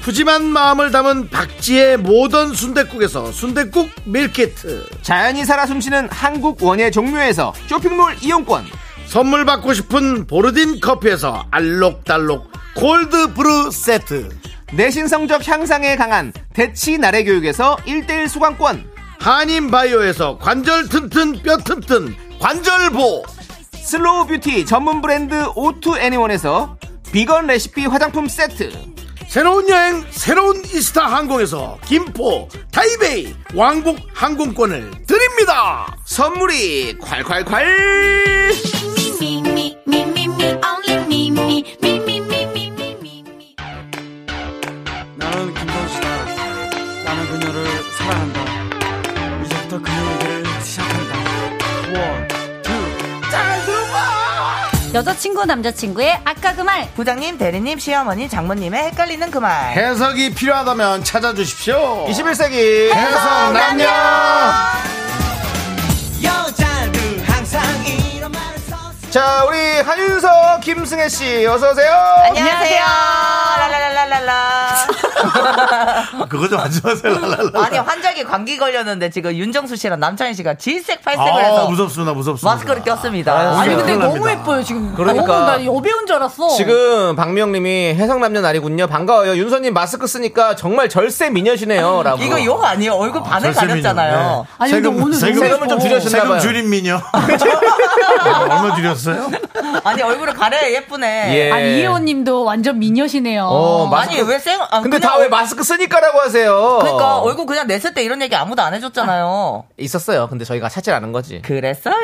푸짐한 마음을 담은 박지의 모던 순댓국에서순댓국 밀키트
자연이 살아 숨쉬는 한국 원예 종묘에서 쇼핑몰 이용권
선물 받고 싶은 보르딘 커피에서 알록달록 골드 브루 세트
내신 성적 향상에 강한 대치 나래 교육에서 1대1 수강권
한인 바이오에서 관절 튼튼 뼈 튼튼 관절보
슬로우 뷰티 전문 브랜드 오투 애니원에서 비건 레시피 화장품 세트
새로운 여행 새로운 이스타 항공에서 김포 타이베이 왕복 항공권을 드립니다
선물이 콸콸콸
나는 김선수다. 나는 그녀를 사랑한다. 이제부터 그녀에게 시작한다. 원, 투,
여자친구 남자친구의 아까 그 말
부장님, 대리님, 시어머니, 장모님의 헷갈리는 그 말.
해석이 필요하다면 찾아주십시오
21세기
해성 남녀
여자들 항상 이런 말을 썼어.
자 우리 한윤서 김승혜씨 어서오세요
안녕하세요.
랄랄랄랄라.
그거 좀 하지 마세요. 랄랄라.
아니 환절기 감기 걸렸는데 지금 윤정수 씨랑 남창희 씨가 질색 팔색을
아,
해서
무섭습니다, 무섭습니다.
마스크를 꼈습니다.
아니
진짜
근데
큰일
너무
납니다.
예뻐요 지금
그러니까.
어머, 나 여배우인 줄 알았어
지금 박미영님이 해성남녀 날이군요 반가워요 윤서님 마스크 쓰니까 정말 절세 미녀시네요 라고
이거 욕 아니에요? 얼굴 반을
절세 미녀.
가렸잖아요.
네.
아니, 근데 오늘
세금을 좀 줄여주셨나 봐요.
세금
*laughs*
줄인 미녀. 어, 얼마 줄였어요?
아니 얼굴을 가려야 예쁘네.
예.
아니 이혜원님도 완전 미녀시네요
어, 맞-
아니 왜 생, 아,
근데
그냥
다 왜
얼-
마스크 쓰니까라고 하세요?
그러니까 얼굴 그냥 냈을 때 이런 얘기 아무도 안 해줬잖아요.
있었어요. 근데 저희가 찾질 않은 거지.
그랬어요.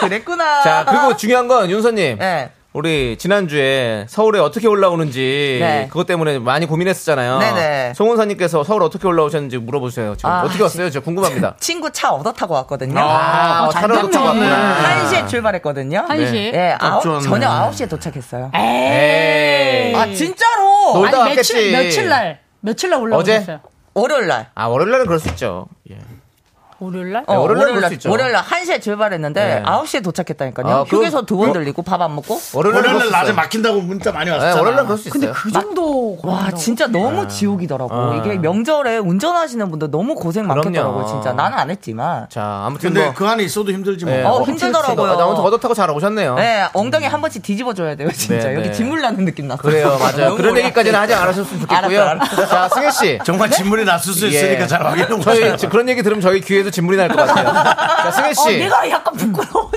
그랬구나.
자, 그리고 중요한 건 윤서님.
아. 네.
우리 지난주에 서울에 어떻게 올라오는지
네.
그것 때문에 많이 고민했었잖아요.
네네.
송은사님께서 서울 어떻게 올라오셨는지 물어보세요. 지금
아,
어떻게 왔어요? 저 궁금합니다.
*laughs* 친구 차 얻어 타고 왔거든요. 네.
아, 어, 차를 얻어 타고 왔구나. 네.
1시에 출발했거든요.
한 시에?
예, 아홉-
좀 좋네.
저녁 9시에 도착했어요.
에이.
아, 진짜로?
놀다
아니,
아니, 며칠- 왔겠지. 며칠 날?
며칠 날
올라오셨어요?
월요일 날.
아, 월요일날은 그럴 수 있죠. 예.
월요일 날?
네, 월요일 날
월요일
볼수
날,
있죠.
월요일 날 1시에 출발했는데
네.
아 9시에 도착했다니까요.
아, 그럼-
휴게소 두 번 들리고 밥 안 먹고.
월요일 날
월요일 낮에 막힌다고 문자 많이 왔잖아.
월요일 날
그럴 수
근데 그 정도 와 진짜 너무 지옥이더라고
아.
이게 명절에 운전하시는 분들 너무 고생 많겠더라고요
그럼요.
진짜 나는 안 했지만
자, 아무튼
근데
뭐-
그 안에 있어도 힘들지 뭐.
예,
어,
뭐-
힘들더라고요.
아, 아무튼 얻어 타고 잘 오셨네요.
네 엉덩이 한 번씩 뒤집어줘야 돼요 진짜
네,
여기
네.
진물 나는 느낌 났어 *laughs*
그래요, 맞아요. 그런 얘기까지는 하지 않으셨으면 좋겠고요.
알았어, 알았어.
자, 승혜 씨.
*laughs* 정말 진물이 났을 수 있으니까 잘 확인해 보세요.
예. 저희 지금 그런 얘기 들으면 저희 귀에도 진물이 날 것 같아요. 자, 승혜 씨.
어, 내가 약간 부끄러워.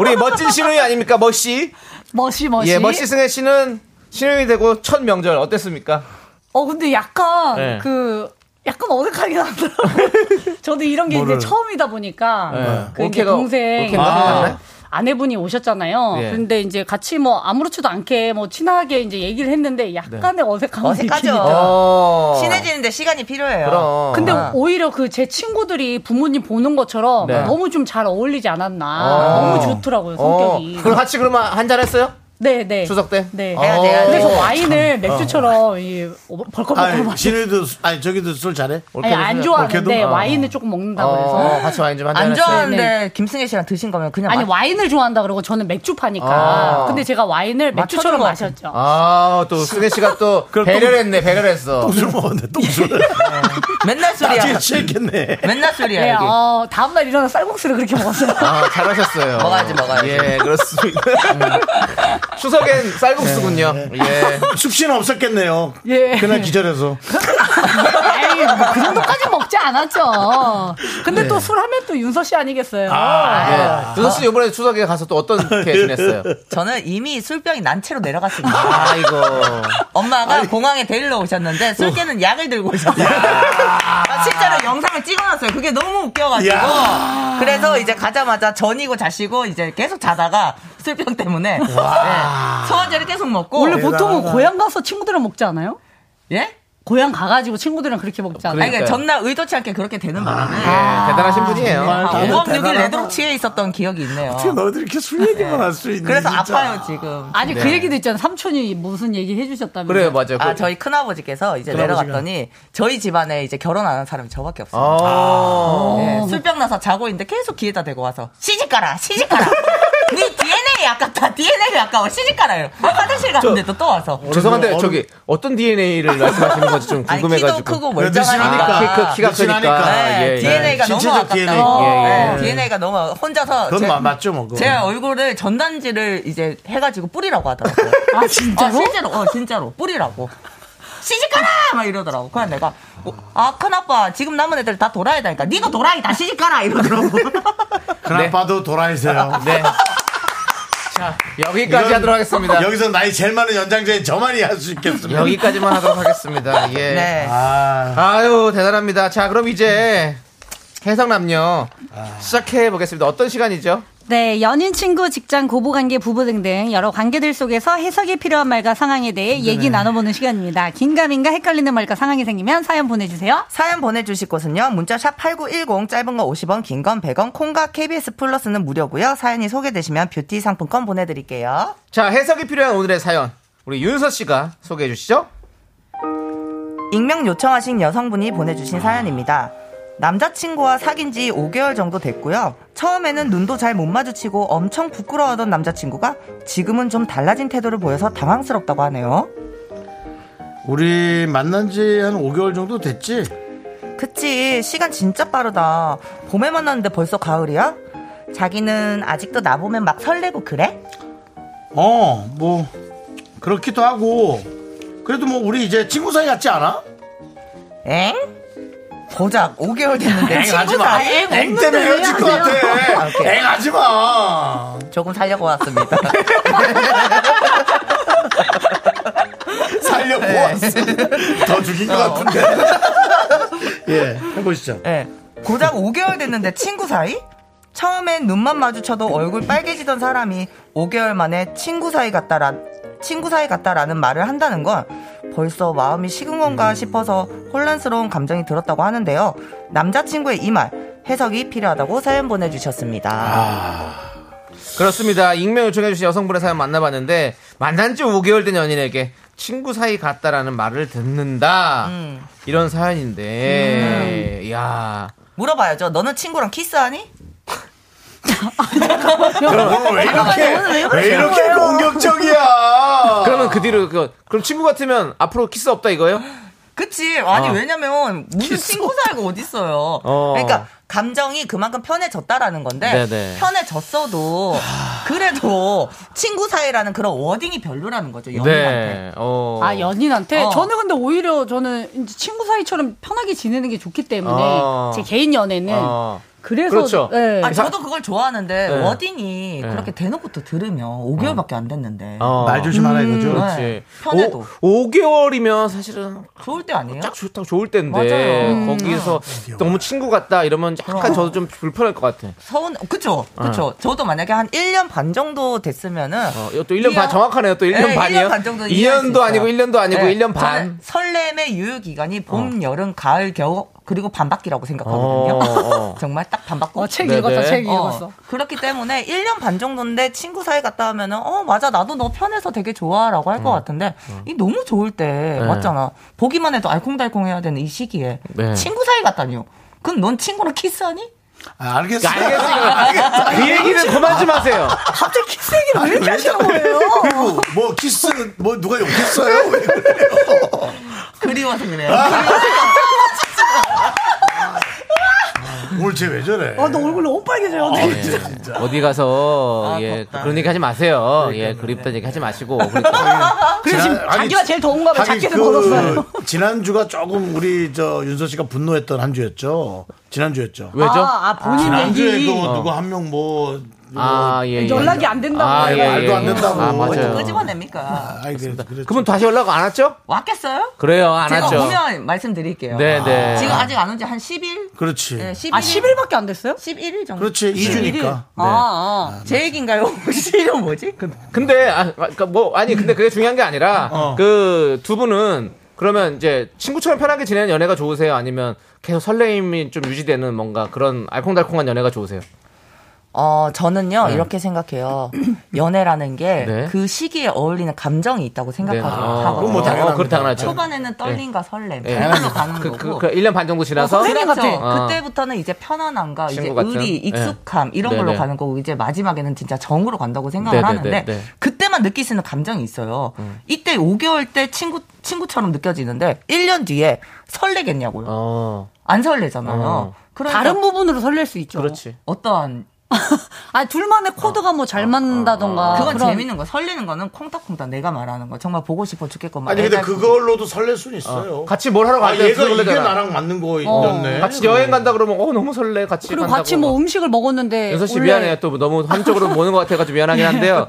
우리 멋진 신우이 아닙니까? 멋씨.
멋이 멋이.
음. 예, 멋씨 승혜 씨는 신우이 되고 첫 명절 어땠습니까?
어 근데 약간
네.
그 약간 어색하긴 하더라고요.
*laughs*
저도 이런 게
뭐를?
이제 처음이다 보니까
네.
그 이제
올케가-
동생
올케인가?
아.
맞나요?
아내분이 오셨잖아요.
예.
근데 이제 같이 뭐 아무렇지도 않게 뭐 친하게 이제 얘기를 했는데
네.
약간의 어색함이
어색하죠
있으니까.
친해지는데 시간이 필요해요
그럼. 어.
근데
아.
오히려 그 제 친구들이 부모님 보는 것처럼
네.
너무 좀 잘 어울리지 않았나.
아.
너무 좋더라고요, 성격이.
어, 그럼 같이 그러면 한잔 했어요?
네, 네.
추석 때?
네.
해야 돼, 해야
근데
돼.
저 와인을
참.
맥주처럼 이 벌컥벌컥
아니,
마시
진우도, 아니, 저기도 술 잘해?
아니, 안 좋아하는데 와인을 조금 먹는다고
아.
그래서.
같이 어, 와인 좀
안
네,
좋아하는데 김승혜 씨랑 드신 거면 그냥
아니
마-
와인을 좋아한다 그러고 저는 맥주파니까.
아.
근데 제가 와인을 맥주처럼 마셨죠.
아, 또 승혜 씨가 또 배려를 했네, 배려를 했어. 똥술
먹었네,
*laughs*
똥술.
어.
맨날
나중에 취했겠네.
맨날
네,
술이야 여기
어, 다음날 일어나 쌀국수를 그렇게 먹었어요.
*laughs* 아, 잘하셨어요.
먹어야지, 먹어야지.
예, 그렇습니다. *laughs* 추석엔 쌀국수군요. 예.
숙신 없었겠네요.
예.
그날 기절해서.
에이, 뭐그 정도까지 먹지 않았죠. 근데
네.
또 술 하면 또 윤서 씨 아니겠어요.
아, 예. 윤서 씨 이번에 추석에 가서 또 어떻게 지냈어요?
저는 이미 술병이 난 채로 내려갔습니다
아이고.
엄마가 공항에 데리러 오셨는데 술 깨는 약을 들고 오셨어요. 나 실제로 영상을 찍어놨어요. 그게 너무 웃겨가지고.
야.
그래서 이제 가자마자 전이고 자시고 이제 계속 자다가 술병 때문에 네, 소화제를 계속 먹고.
원래 보통은 고향 가서 친구들이랑 먹지 않아요?
예?
고향 가가지고 친구들이랑 그렇게 먹지 않아요?
아니, 그러니까 전날 아, 의도치 않게 그렇게 되는
아,
바람에
예, 대단하신 분이에요.
한
예.
5박 6일 내도록 취해 있었던 기억이 있네요.
어떻게 너희들 이렇게 술 얘기만 할 수 있니?
그래서
진짜.
아파요 지금.
아니 그
네.
얘기도 있잖아요. 삼촌이 무슨 얘기 해주셨다면.
그래요, 아, 저희 큰아버지께서 이제
큰아버지가.
내려갔더니 저희 집안에 이제 결혼 안 한 사람이 저밖에 없어요.
아.
네, 술병 나서 자고 있는데 계속 귀에다 대고 와서 시집 가라, 시집 가라. 네 DNA 아깝다, DNA 아까워, 시집 가라요. 화장실 갔는데도 또 와서.
그 죄송한데 저기 어떤 DNA를 말씀하시는 건지 좀
아니,
궁금해가지고.
키도 크고 멀쩡하니까.
키 크- 키가
늦으니까.
크니까.
네,
예, 예.
DNA가 너무
신체적
아깝다.
DNA.
네,
예, 예.
DNA가 너무 아깝다. 혼자서
그건
제-
마- 맞죠, 뭐, 그건.
제 얼굴을 전단지를 이제 해가지고 뿌리라고 하더라고요. *laughs* 아 진짜로? 실제로, 어 진짜로 뿌리라고. 시집 가라 막 이러더라고. 그냥 내가 어, 아 큰아빠 지금 남은 애들 다 돌아야다니까. 네가 돌아이다 시집 가라 이러더라고.
큰아빠도 돌아이세요.
네. 자, *laughs* 여기까지 하도록 하겠습니다.
여기서 나이 제일 많은 연장자인 저만이 할 수 있겠습니다.
여기까지만 하도록 하겠습니다. 예.
네.
아. 유 대단합니다. 자, 그럼 이제 해성남녀 시작해 보겠습니다. 어떤 시간이죠?
네, 연인, 친구, 직장, 고부관계, 부부 등등 여러 관계들 속에서 해석이 필요한 말과 상황에 대해
네.
얘기 나눠보는 시간입니다. 긴가민가 헷갈리는 말과 상황이 생기면 사연 보내주세요.
사연 보내주실 곳은요. 문자샵 8910 짧은 거 50원 긴 건 100원 콩과 KBS 플러스는 무료고요. 사연이 소개되시면 뷰티 상품권 보내드릴게요.
자, 해석이 필요한 오늘의 사연. 우리 윤서 씨가 소개해 주시죠.
익명 요청하신 여성분이 보내주신 사연입니다. 남자친구와 사귄 지 5개월 정도 됐고요. 처음에는 눈도 잘 못 마주치고 엄청 부끄러워하던 남자친구가 지금은 좀 달라진 태도를 보여서 당황스럽다고 하네요.
우리 만난 지 한 5개월 정도 됐지?
그치, 시간 진짜 빠르다. 봄에 만났는데 벌써 가을이야? 자기는 아직도 나 보면 막 설레고 그래?
어, 뭐, 그렇기도 하고. 그래도 뭐, 우리 이제 친구 사이 같지 않아?
엥? 고작 5개월 됐는데
엥 하지 마.
친구가
엥 때문에 헤어질 것 같아. *laughs*
아, 오케이.
엥 하지 마.
조금 살려고 왔습니다.
사 모았습니다. *laughs* 더 죽인 것 같은데. 네. 어. *laughs* 예, 해보시죠.
예. 고작 5개월 됐는데 친구 사이? 처음엔 눈만 마주쳐도 얼굴 빨개지던 사람이 5개월 만에 친구 사이 같다라 친구 사이 같다라는 말을 한다는 건 벌써 마음이 식은 건가 싶어서 혼란스러운 감정이 들었다고 하는데요. 남자친구의 이 말 해석이 필요하다고 사연 보내주셨습니다.
그렇습니다. 익명 요청해주신 여성분의 사연 만나봤는데 만난 지 5개월 된 연인에게 친구 사이 같다라는 말을 듣는다. 이런 사연인데, 야
물어봐야죠. 너는 친구랑 키스하니?
그럼 뭐, 왜 이렇게 왜 이렇게 공격적이야?
그러면 그 뒤로 그, 그럼 친구 같으면 앞으로 키스 없다 이거예요?
그치. 아니
아.
왜냐면 무슨 친구 사이가 어딨어요.
어.
그러니까 감정이 그만큼 편해졌다라는 건데
네네.
편해졌어도 그래도 친구 사이라는 그런 워딩이 별로라는 거죠 연인한테.
네. 어.
아 연인한테
어.
저는 근데 오히려 저는 이제 친구 사이처럼 편하게 지내는 게 좋기 때문에
어.
제 개인 연애는
어.
그래서
그렇죠.
예.
아 저도 그걸 좋아하는데
네.
워딩이
네.
그렇게 대놓고 또 들으면 5개월밖에 안 됐는데
어.
말 조심하라 이거죠.
그렇지.
네, 편해도.
오, 5개월이면 사실은
좋을 때 아니에요?
딱 좋다고 좋을 텐데
맞아요. 음.
거기서 너무 친구 같다 이러면 약간 저도 좀 불편할 것 같아.
서운 그쵸 그쵸 저도 만약에 한 1년 반 정도 됐으면은
어, 이거 또 1년 반 정확하네요. 또 1년
네,
반이요.
1년 반 정도는 이해할 수
2년도
있어요.
아니고 1년도 아니고
네,
1년
저는
반. 어.
설렘의 유효 기간이 봄, 여름, 가을, 겨울 그리고 반바퀴라고 생각하거든요.
어, 어.
*laughs* 정말 딱 반바퀴.
어, 책
네네.
읽었다 책
어,
읽었어
그렇기 때문에 1년 반 정도인데 친구 사이 갔다 하면은 어 맞아 나도 너 편해서 되게 좋아라고 할 것 같은데 이 너무 좋을 때
음. 네.
맞잖아 보기만 해도 알콩달콩해야 되는 이 시기에
네.
친구 사이 갔다니요 그럼 넌 친구랑 키스하니?
아, 알겠어.
알겠어요. 그 얘기는 그만 좀 하세요.
갑자기 키스 얘기를 왜 이렇게 하시는 거예요?
그리고 뭐 키스 뭐 누가 욕했어요? 왜 그래?
*laughs* 그리워서 그래요.
오늘 쟤 왜 저래?
아, 너 얼굴이 옷
어.
빨개져요
아, 어, *laughs* 진짜.
어디 가서
아,
예
덥다. 네.
그런 얘기 하지 마세요. 예 그립다는 얘기 하지 마시고
아.
그러니까
그래서 지금
지난- 아니,
자기가 제일 더운가 봐
하긴
자켓을
그
벗었어요
지난주가 조금 우리 저 윤서 씨가 분노했던 한 주였죠. 지난주였죠.
왜죠?
아, 아, 본인 얘기
지난주에도
어.
누구 한 명뭐
아, 예, 예.
연락이 안 된다고
아,
해요.
예, 예.
말도 안 된다고.
아,
어떻게
맞아요.
끄집어냅니까?
아이 그래. 그랬죠.
그분 다시 연락 안 왔죠?
왔겠어요?
그래요, 안
제가
왔죠.
오면 말씀드릴게요.
네네.
지금 아직 안 온 지 한 10일?
그렇지.
네, 11일.
아 10일밖에 안 됐어요?
11일 정도.
그렇지. 이주니까
아,
제 얘기인가요? *laughs* 혹시 이름 뭐지?
근데 아, 그러니까 뭐 아니 근데 그게 중요한 게 아니라
어.
그 두 분은 그러면 이제 친구처럼 편하게 지내는 연애가 좋으세요? 아니면 계속 설레임이 좀 유지되는 뭔가 그런 알콩달콩한 연애가 좋으세요?
어, 저는요, 이렇게 생각해요. 연애라는 게 그
네.
시기에 어울리는 감정이 있다고
아,
생각하거든요.
그건 뭐 당연한
어,
그렇 당연하죠.
초반에는 떨림과 설렘,
예.
그걸로 가는
그, 그,
거고.
그 1년 반 정도 지나서
그렇죠.
어.
그때부터는 이제 편안함과 이제
친구 같은? 예.
의리, 익숙함 이런 걸로
네네.
가는 거고 이제 마지막에는 진짜 정으로 간다고 생각을
네네네네. 음.
하는데 그때만 느낄 수 있는 감정이 있어요. 이때 5개월 때 친구 친구처럼 느껴지는데 1년 뒤에 설레겠냐고요.
어.
안 설레잖아요.
어.
그러니까
다른 부분으로 설렐 수 있죠
그렇지.
어떠한
아 둘만의 코드가 뭐
어.
잘
아,
맞는다던가
그건
그런-
재밌는 거 설레는 거는 콩닥콩닥 내가 말하는 거 정말 보고 싶어 죽겠건만
아니 근데
애달-
그걸로도 설렐 수는 있어요.
같이 뭘 하러
아,
갈 때
얘가 이게
설레잖아.
나랑 맞는 거 있네.
어, 같이 여행 간다 그러면 어 너무 설레 같이
그리고
간다고.
같이 뭐 음식을 먹었는데
여섯 시
원래
미안해요. 또 너무 한쪽으로 모는 것 같아가지고 미안하긴 한데요.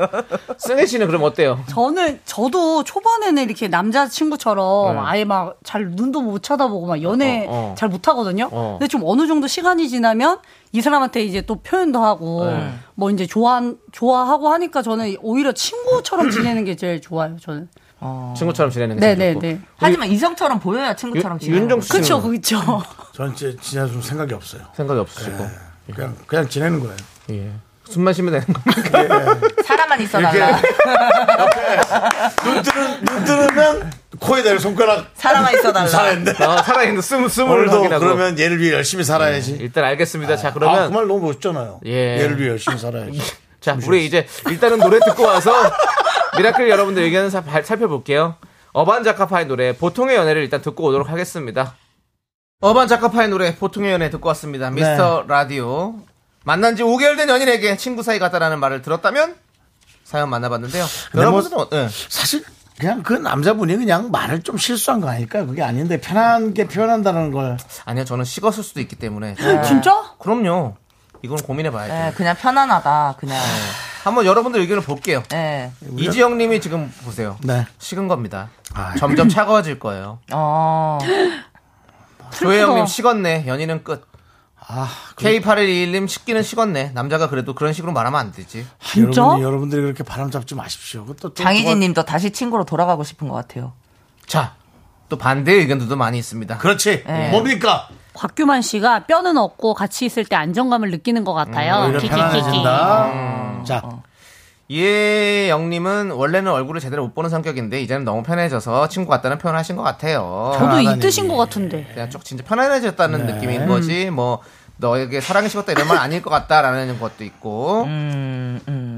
승혜 씨는 그럼 어때요?
저는 저도 초반에는 이렇게 남자 친구처럼
네.
아예 막 잘 눈도 못 쳐다보고 막 연애
어, 어, 어.
잘 못하거든요.
어.
근데 좀 어느 정도 시간이 지나면 이 사람한테 이제 또 표현도 하고
네.
뭐 이제 좋아 좋아하고 하니까 저는
*clears throat*
오히려 친구처럼 지내는 게 제일 좋아요. 저는
친구처럼 지내는 게
네네네.
좋고.
하지만 이성처럼 보여야 친구처럼
윤-
지내는
윤정수
거죠.
그렇죠, 그렇죠.
음.
*laughs*
전 진짜 진짜 좀 생각이 없어요.
생각이 없으시고
그냥 그냥 지내는 거예요.
예. 숨만 쉬면 되는 거.
사람만 있어
이렇게
달라.
눈 뜨는 눈 뜨면 코에다 손가락
사람만 있어
*laughs*
달라.
살았는데
*laughs* 아, 살아있는 숨 숨을
오늘도
확인하고.
그러면 얘를 위해 열심히 살아야지.
일단 알겠습니다. 자
아,
그러면
그 말 너무 멋있잖아요.
예.
얘를 위해 열심히 살아야지.
자 우리 이제 일단은 노래 듣고 와서 미라클 여러분들 의견을 사- 발- 살펴볼게요. 어반 자카파의 노래 보통의 연애를 일단 듣고 오도록 하겠습니다. 어반 자카파의 노래 보통의 연애 듣고 왔습니다. 미스터 라디오 만난 지 5개월 된 연인에게 친구 사이 같다라는 말을 들었다면 사연 만나봤는데요.
근데 뭐-
여러분들은 어- 예.
사실 그냥 그 남자분이 그냥 말을 좀 실수한 거 아닐까? 그게 아닌데 편한 게 표현한다는 걸.
아니요 저는 식었을 수도 있기 때문에
진짜?
그럼요. 이건 고민해봐야죠. 어.
네, 그냥 편안하다. 그냥
한번 여러분들 의견을 볼게요.
네.
이지영 님이 지금 보세요.
네.
식은 겁니다. 점점 *laughs* 차가워질 거예요.
어.
조혜영 님 식었네. 연인은 끝. 아,
아, 그-
K8121님 식기는 식었네. 남자가 그래도 그런 식으로 말하면 안 되지.
여러분, 여러분들이 그렇게 바람 잡지 마십시오. 그것도 또-
장희진 님도 다시 친구로 돌아가고 싶은 것 같아요.
자, 또 반대의 의견들도 많이 있습니다.
그렇지.
네.
뭡니까?
곽규만 씨가 뼈는 없고 같이 있을 때 안정감을 느끼는 것
네, 어,
같아요.
음, 오히려
키키키키.
편안해진다.
음.
자.
예영님은 원래는 얼굴을 제대로 못 보는 성격인데 이제는 너무 편해져서 친구 같다는 표현을 하신 것 같아요.
저도 이 뜻인 것 같은데.
그냥 쭉 진짜 편안해졌다는
네.
느낌인 거지 뭐 너에게 사랑이 식었다 이런 말 아닐 것 같다라는 것도 있고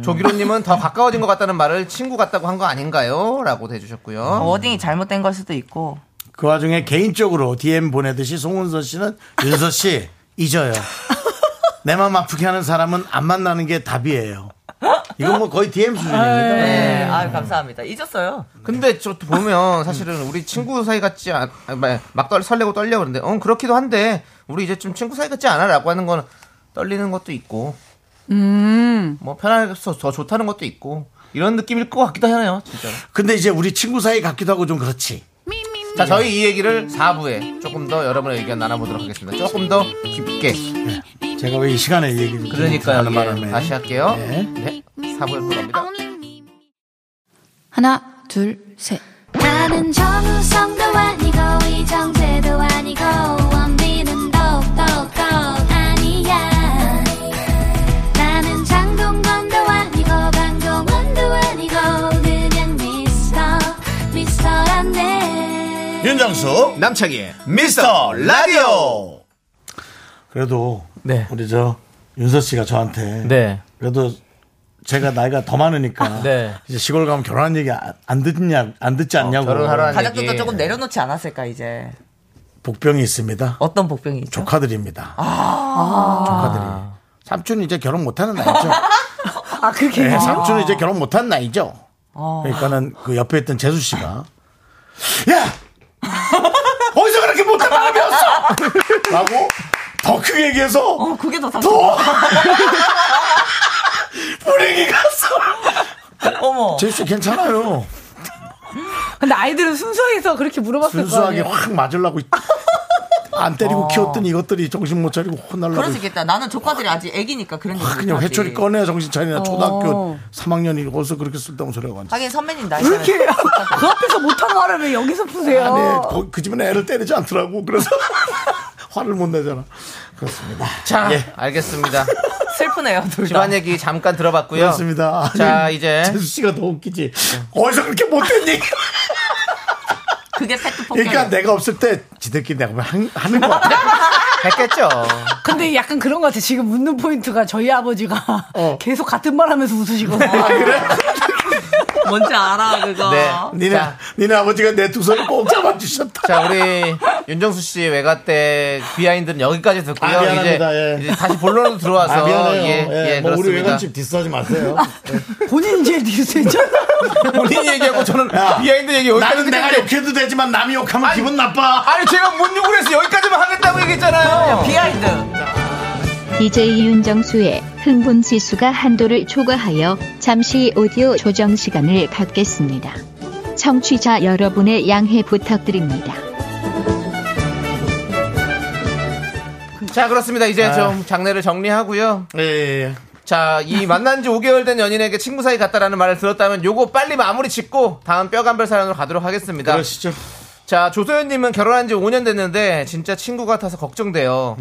조기로님은 더 가까워진 것 같다는 말을 친구 같다고 한 거 아닌가요? 라고도 해주셨고요.
워딩이 잘못된 걸 수도 있고.
그 와중에 개인적으로 DM 보내듯이 송은서 씨는 윤서 씨
*laughs*
잊어요. 내 마음 아프게 하는 사람은 안 만나는 게 답이에요. 이건 뭐 거의 DM 수준입니다.
네. 아유, 감사합니다. 잊었어요.
근데 저 보면 사실은 우리 친구 사이 같지 않, 아, 막- 막 떨, 설레고 떨려 그러는데, 어, 그렇기도 한데, 우리 이제 좀 친구 사이 같지 않아? 라고 하는 건 떨리는 것도 있고,
음.
뭐 편안해서 더 좋다는 것도 있고, 이런 느낌일 것 같기도 해요, 진짜.
근데 이제 우리 친구 사이 같기도 하고 좀 그렇지.
자, 저희 이 얘기를 4부에 조금 더 여러분의 의견 나눠보도록 하겠습니다. 조금 더 깊게.
제가 왜 이 시간에 이 얘기를
그러니까요.
하는
예,
바람에
다시 할게요.
네.
네. 4부에 돌아옵니다.
하나, 둘, 셋.
나는 정우성도 아니고 이정재도 아니고 원빈은 더욱더 아니야 나는 장동건도 아니고 강동원도 아니고 그냥 미스터 미스터란데
윤정수
남창희의 미스터 라디오
그래도 우리 저 윤서 씨가 저한테
네.
그래도 제가 나이가 더 많으니까
네.
이제 시골 가면 결혼한 얘기 안, 안 듣냐 안 듣지
어,
않냐고
가족들도 조금 내려놓지 않았을까, 이제.
복병이 있습니다.
어떤 복병이 있죠?
조카들입니다. 조카들이 삼촌이 이제 결혼 못하는 나이죠.
아, 그게 아.
네, 삼촌이 이제 결혼 못한 나이죠. 그러니까는 그 옆에 있던 재수 씨가 야 어디서 그렇게 못한 말을 배웠어? 라고 더 크게 얘기해서
그게 더
더 불행이 갔어.
어머.
재수 씨 괜찮아요.
근데 아이들은 순수해서 그렇게 물어봤을
순수하게
예.
거 아니에요.
확 맞으려고 이- 안 때리고 키웠더니 이것들이 정신 못 차리고 혼날라고
아. 그럴 수 있겠다. 나는 조카들이 아직 애기니까 그런 게
아,
네.
그냥 회초리 꺼내야 정신 차리나
어.
초등학교 3학년이 어디서 그렇게 쓸데없는 소리가 하지
하긴 선배님 나이.
이렇게 *laughs* 그 앞에서 못한 말을 왜
아,
여기서
안에
어.
푸세요?
거- 그 집은 애를 때리지 않더라고 그래서 *laughs* 화를 못 내잖아 그렇습니다
아, 자, *laughs* 알겠습니다.
슬프네요, 둘
집안 얘기 잠깐 들어봤고요.
그렇습니다 아니,
자, 이제 네.
재수 씨가 더 웃기지 어디서 그렇게 못된
*laughs*
얘기
그게 팩트
그러니까 내가 없을 때 지들끼리 내가 한- 하는 거 같아
*laughs* 했겠죠
근데 약간 그런 것 같아. 지금 묻는 포인트가 저희 아버지가
어.
계속 같은 말 하면서 웃으시거든요.
아,
뭔지 알아, 그거.
*laughs* 네.
니네
자.
니네 아버지가 내 두 손을 꼭 잡아주셨다
자, 우리 윤정수 씨 외가 때 비하인드는 여기까지 듣고요.
아, 미안합니다.
이제,
예.
이제 다시 본론으로 들어와서
아, 미안해요.
예,
예,
예,
뭐 우리
그렇습니다.
외관집 디스하지
*laughs*
마세요.
본인 제일 뉴스잖아.
본인 얘기하고 저는
야,
비하인드 얘기 여기까지
나는 내가 욕해도 되지만 남이 욕하면 기분 나빠.
아니 제가 뭔 욕을 했어 여기까지만 하겠다고 얘기했잖아요.
비하인드.
DJ 윤정수의 흥분 지수가 한도를 초과하여 잠시 오디오 조정 시간을 갖겠습니다. 청취자 여러분의 양해 부탁드립니다.
자 그렇습니다. 이제 좀 장례를 정리하고요. 예. 자, 이 만난 지 5개월 된 연인에게 친구 사이 같다라는 말을 들었다면 요거 빨리 마무리 짓고 다음 뼈간별 사연으로 가도록 하겠습니다.
그러시죠.
자, 조소연님은 결혼한 지 5년 됐는데 진짜 친구 같아서 걱정돼요.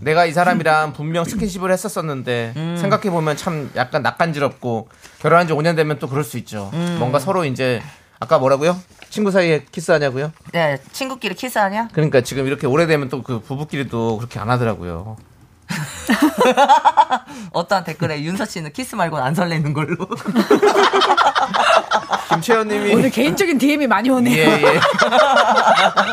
내가 이 사람이랑 분명 스킨십을 했었었는데 생각해보면 참 약간 낯간지럽고 결혼한 지 5년 되면 또 그럴 수 있죠.
음.
뭔가 서로 이제 아까 뭐라고요? 친구 사이에 키스하냐고요?
네, 친구끼리 키스하냐?
그러니까 지금 이렇게 오래되면 또 그 부부끼리도 그렇게 안 하더라고요.
어떠한 댓글에 윤서 씨는 키스 말고는 안 설레는 걸로. *laughs*
네.
김채연님이
오늘 개인적인 DM이 많이 오네요.
예, *laughs* 예.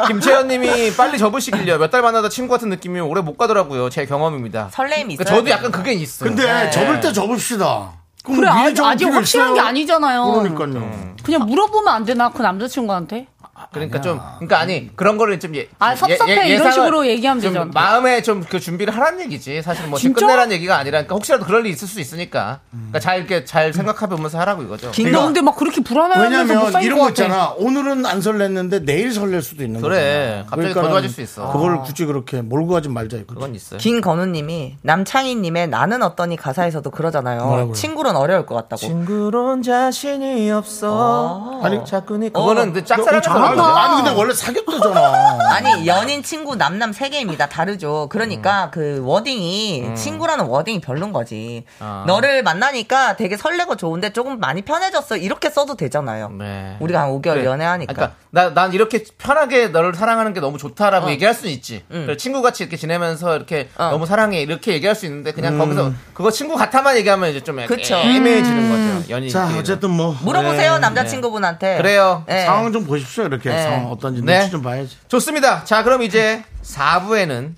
김채연님이 빨리 접으시길요. 몇 달 만나다 친구 같은 느낌이 오래 못 가더라고요. 제 경험입니다.
설렘이
그러니까
있어야
저도
돼요.
약간 그게 있어요.
근데
네.
접을 때 접읍시다. 그럼
그래,
미리
아직,
접을
아직
필요 그러니까.
확실한
있어요?
게 아니잖아요.
네.
그러니까요.
그냥 물어보면 안 되나, 그 남자친구한테?
그러니까 좀 그러니까 아니 그런 거를 좀 예,
아,
예-
섭섭해.
예-
이런
예상을
식으로 얘기하면
좀
되잖아.
마음에 좀 그 준비를 하란 얘기지. 사실 뭐 지금
진짜?
끝내란 얘기가 아니라 그러니까 혹시라도 그럴 일 있을 수 있으니까 그러니까 잘 이렇게 잘 생각해 보면서 하라고 이거죠.
근데
막 그렇게 불안해하면서 못
그러니까 왜냐면
살릴
이런
것
거
같아.
있잖아. 오늘은 안 설렜는데 내일 설렐 수도 있는
그래.
거잖아.
갑자기 더 좋아질 수 있어.
그걸
아.
굳이 그렇게 몰고 가지 말자. 이거지.
그건 있어요.
김건우님이 남창희님의 나는 어떠니 가사에서도 그러잖아요.
뭐라고요?
친구론 어려울 것 같다고.
싱그러운 자신이 없어.
아니,
자꾸 니 그거는 근데 짝사랑에서
랑
그런 거지. 아니, 근데
원래
*laughs*
사귀었다잖아.
아니 연인 친구 남남 세 개입니다. 다르죠. 그러니까 그 워딩이
음.
친구라는 워딩이 별론 거지.
아.
너를 만나니까 되게 설레고 좋은데 조금 많이 편해졌어. 이렇게 써도 되잖아요. 우리가 한 5개월
그래.
연애하니까.
네. 그러니까 나, 난 이렇게 편하게 너를 사랑하는 게 너무 좋다라고 얘기할 수는 있지. 그래, 친구같이 이렇게 지내면서 이렇게 너무 사랑해 이렇게 얘기할 수 있는데 그냥
음.
거기서 그거 친구 같아만 얘기하면 이제 좀 약간
그쵸.
애매해지는 거죠. 연인.
자, 어쨌든 뭐
물어보세요 남자친구분한테. 네.
상황 좀 보십시오. 이렇게
네.
상황 어떤지
네.
눈치 좀 봐야지.
좋습니다. 자, 그럼 이제 4부에는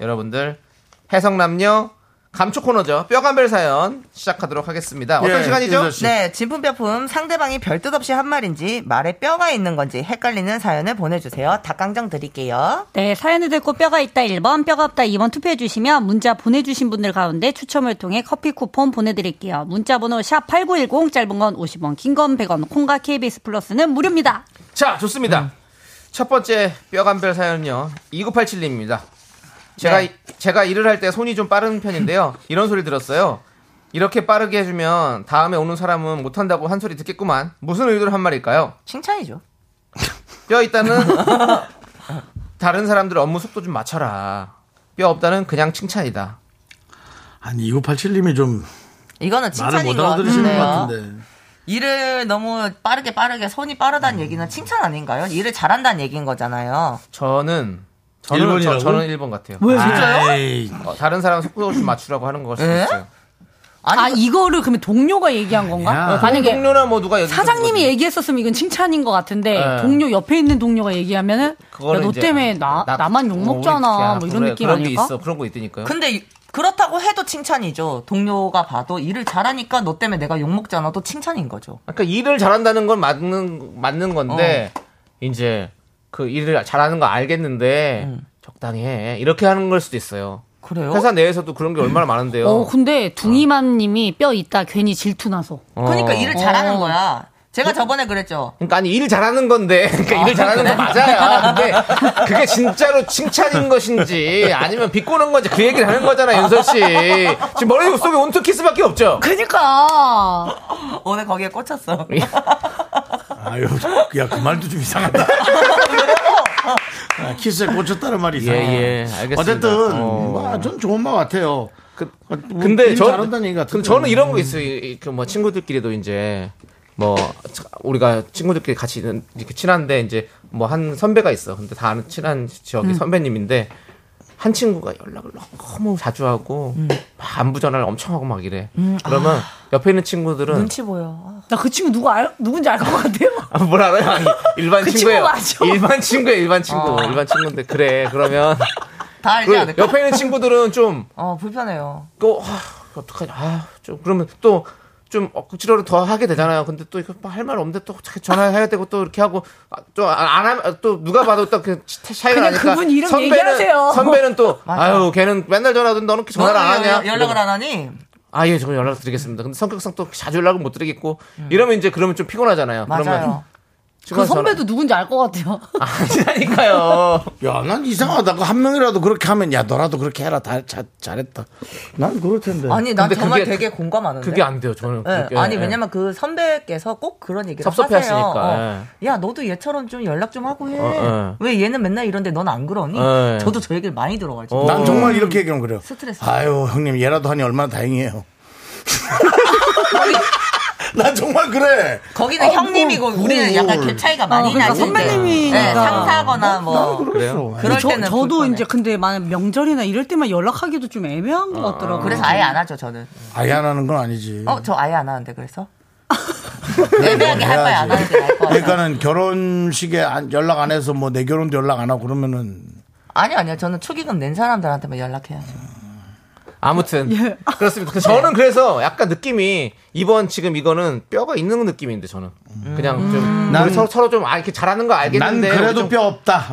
여러분들 해성남녀 감초 코너죠. 뼈간별 사연 시작하도록 하겠습니다. 어떤
예,
시간이죠?
네, 진품뼈품 상대방이 별뜻 없이 한 말인지 말에 뼈가 있는 건지 헷갈리는 사연을 보내주세요. 닭강정 드릴게요.
네, 사연을 듣고 뼈가 있다 1번, 뼈가 없다 2번 투표해 주시면 문자 보내 주신 분들 가운데 추첨을 통해 커피 쿠폰 보내 드릴게요. 문자 번호 샵8910 짧은 건 50원, 긴 건 100원. 콩과 KBS 플러스는 무료입니다.
자, 좋습니다. 첫 번째 뼈간별 사연은요. 2987님입니다. 제가
네.
제가 일을 할 때 손이 좀 빠른 편인데요. 이런 소리 들었어요. 이렇게 빠르게 해주면 다음에 오는 사람은 못한다고 한 소리 듣겠구만. 무슨 의도로 한 말일까요?
칭찬이죠.
뼈 있다는 다른 사람들 업무 속도 좀 맞춰라. 뼈 없다는 그냥 칭찬이다.
아니 2987님이 좀
이거는
말을
칭찬인
못
것
알아들으시는 것
같은데요.
같은데.
일을 너무 빠르게 빠르게 손이 빠르다는 얘기는 칭찬 아닌가요? 일을 잘한다는 얘기인 거잖아요.
저는 저는
일본이라고?
저, 저는 1번 같아요.
왜,
아,
진짜요?
에이.
어, 다른 사람 속도 좀 맞추라고 하는 걸 수도
에?
있어요.
아니,
아, 이거를 그러면 동료가 얘기한 건가? 어,
야.
만약에
동료나 뭐 누가 얘기했던
사장님이 얘기했었으면 이건 칭찬인 것 같은데
네.
동료 옆에 있는 동료가 얘기하면은 야,
그거를
너
이제
때문에 나,
나-
나만 욕 먹잖아
어,
뭐 이런
그래,
느낌
그런
아닐까?
게 있어. 그런 거 있다니까요.
근데 이- 그렇다고 해도 칭찬이죠. 동료가 봐도 일을 잘하니까 너 때문에 내가 욕먹잖아. 도 칭찬인 거죠.
그러니까 일을 잘한다는 건 맞는 맞는
어.
건데 이제 그 일을 잘하는 거 알겠는데
음.
적당히 해 이렇게 하는 걸 수도 있어요.
그래요?
회사 내에서도 그런 게 얼마나 많은데요.
어, 근데 둥이맘님이 뼈 있다 괜히 질투 나서.
어.
그러니까 일을 잘하는
어.
거야. 제가 저번에 그랬죠. *laughs*
그러니까 아니 일 잘하는 건데 그러니까
아,
일을 잘하는
그래?
건 맞아요. 근데 그게 진짜로 칭찬인 것인지 아니면 비꼬는 건지 그 얘기를 하는 거잖아 윤서 씨. 지금 머릿속에 온투 키스밖에 없죠.
그니까
오늘 거기에 꽂혔어.
아유, 야 그 말도 좀 이상하다. 아, 키스에 꽂혔다는 말이
예,
이상해.
예, 알겠습니다.
어쨌든
어. 그,
마, 전 좋은 말 같아요. 어, 뭐,
근데
일
저
잘한다는 얘기 같은데.
그럼 저는 이런 거 있어요. 그 뭐 친구들끼리도 이제 뭐 차- 우리가 친구들끼리 같이 있는- 이렇게 친한데 이제 뭐 한 선배가 있어. 근데 다 아는 친한 지역이
음.
선배님인데 한 친구가 연락을 너무 자주 하고 막 안부 전화를 엄청 하고 막 이래. 그러면 옆에 있는 친구들은
눈치 보여.
나 그 친구 누구 알 누군지 알 것 같아요.
아, 뭘 알아요? 아니, 일반
그 친구
친구예요.
맞아.
일반 친구예요. 일반 친구. 일반 친구인데 그래. 그러면
다 알지
그
않을까?
옆에 있는 친구들은 좀
어, 불편해요.
또 아, 어떡하냐 아, 좀 그러면 또 좀 억지로라도 더 하게 되잖아요. 근데 또 이거 할말 없는데 또 자꾸 전화해야 되고 또 이렇게 하고 아, 또 안 하면 또 누가 봐도 또그 차이가
그냥
나니까
그분 이름
선배는
얘기하세요.
선배는
*laughs*
또
맞아.
아유 걔는 맨날 전화하던데 너는 이렇게 전화를 안
너는 왜
하냐
연락을 안 하니?
아 예 저는 연락 드리겠습니다. 근데 성격상 또 자주 연락을 못 드리겠고 이러면 이제 그러면 좀 피곤하잖아요.
맞아요.
그
그러면
선배도 누군지 알 것 같아요.
아니니까요.
야, 난 이상하다. 그 한 명이라도 그렇게 하면 야, 너라도 그렇게 해라. 다 자, 잘했다. 난 그럴 텐데.
아니, 난
네. 근데
정말
그게-
되게 공감하는데.
그게 안 돼요. 저는
네.
예,
그렇게,
아니
예.
왜냐면 그 선배께서 꼭 그런 얘기를
섭섭해
하세요.
하시니까,
어. 야 너도 얘처럼 좀 연락 좀 하고 해.
어, 예.
왜 얘는 맨날 이런데 넌 안 그러니?
예.
저도 저 얘기를 많이 들어가지고.
난 정말 이렇게 얘기하면 그래요.
스트레스.
아유, 형님, 얘라도 하니 얼마나 다행이에요. *laughs* 난 정말 그래.
거기는
아,
형님이고
뭘,
우리는
뭘.
약간 갭 차이가 많이
어, 그러니까
나지.
선배님이니까.
네, 상사거나 뭐.
그래요.
그럴
저,
때는
저도
불편해.
이제 근데 만약 명절이나 이럴 때만 연락하기도 좀 애매한 것 같더라고요.
그래서 아예 안 하죠 저는.
아예 안 하는 건 아니지.
어 저 아예 안 하는데 그래서. 애매하게 할 바에 안 하는 게 나을 것 같아요.
그러니까는 결혼식에 안- 연락 안 해서 뭐 내 결혼도 연락 안 하고 그러면은
아니요 아니요 저는 초기금 낸 사람들한테만 연락해야죠.
아무튼 그렇습니다. 그 저는 그래서 약간 느낌이 이번 지금 이거는 뼈가 있는 느낌인데 저는 그냥 좀
난-
우리 서로 서로 좀 아, 이렇게 잘하는 거
난
알겠는데
그래도
우리 좀-
뼈 없다.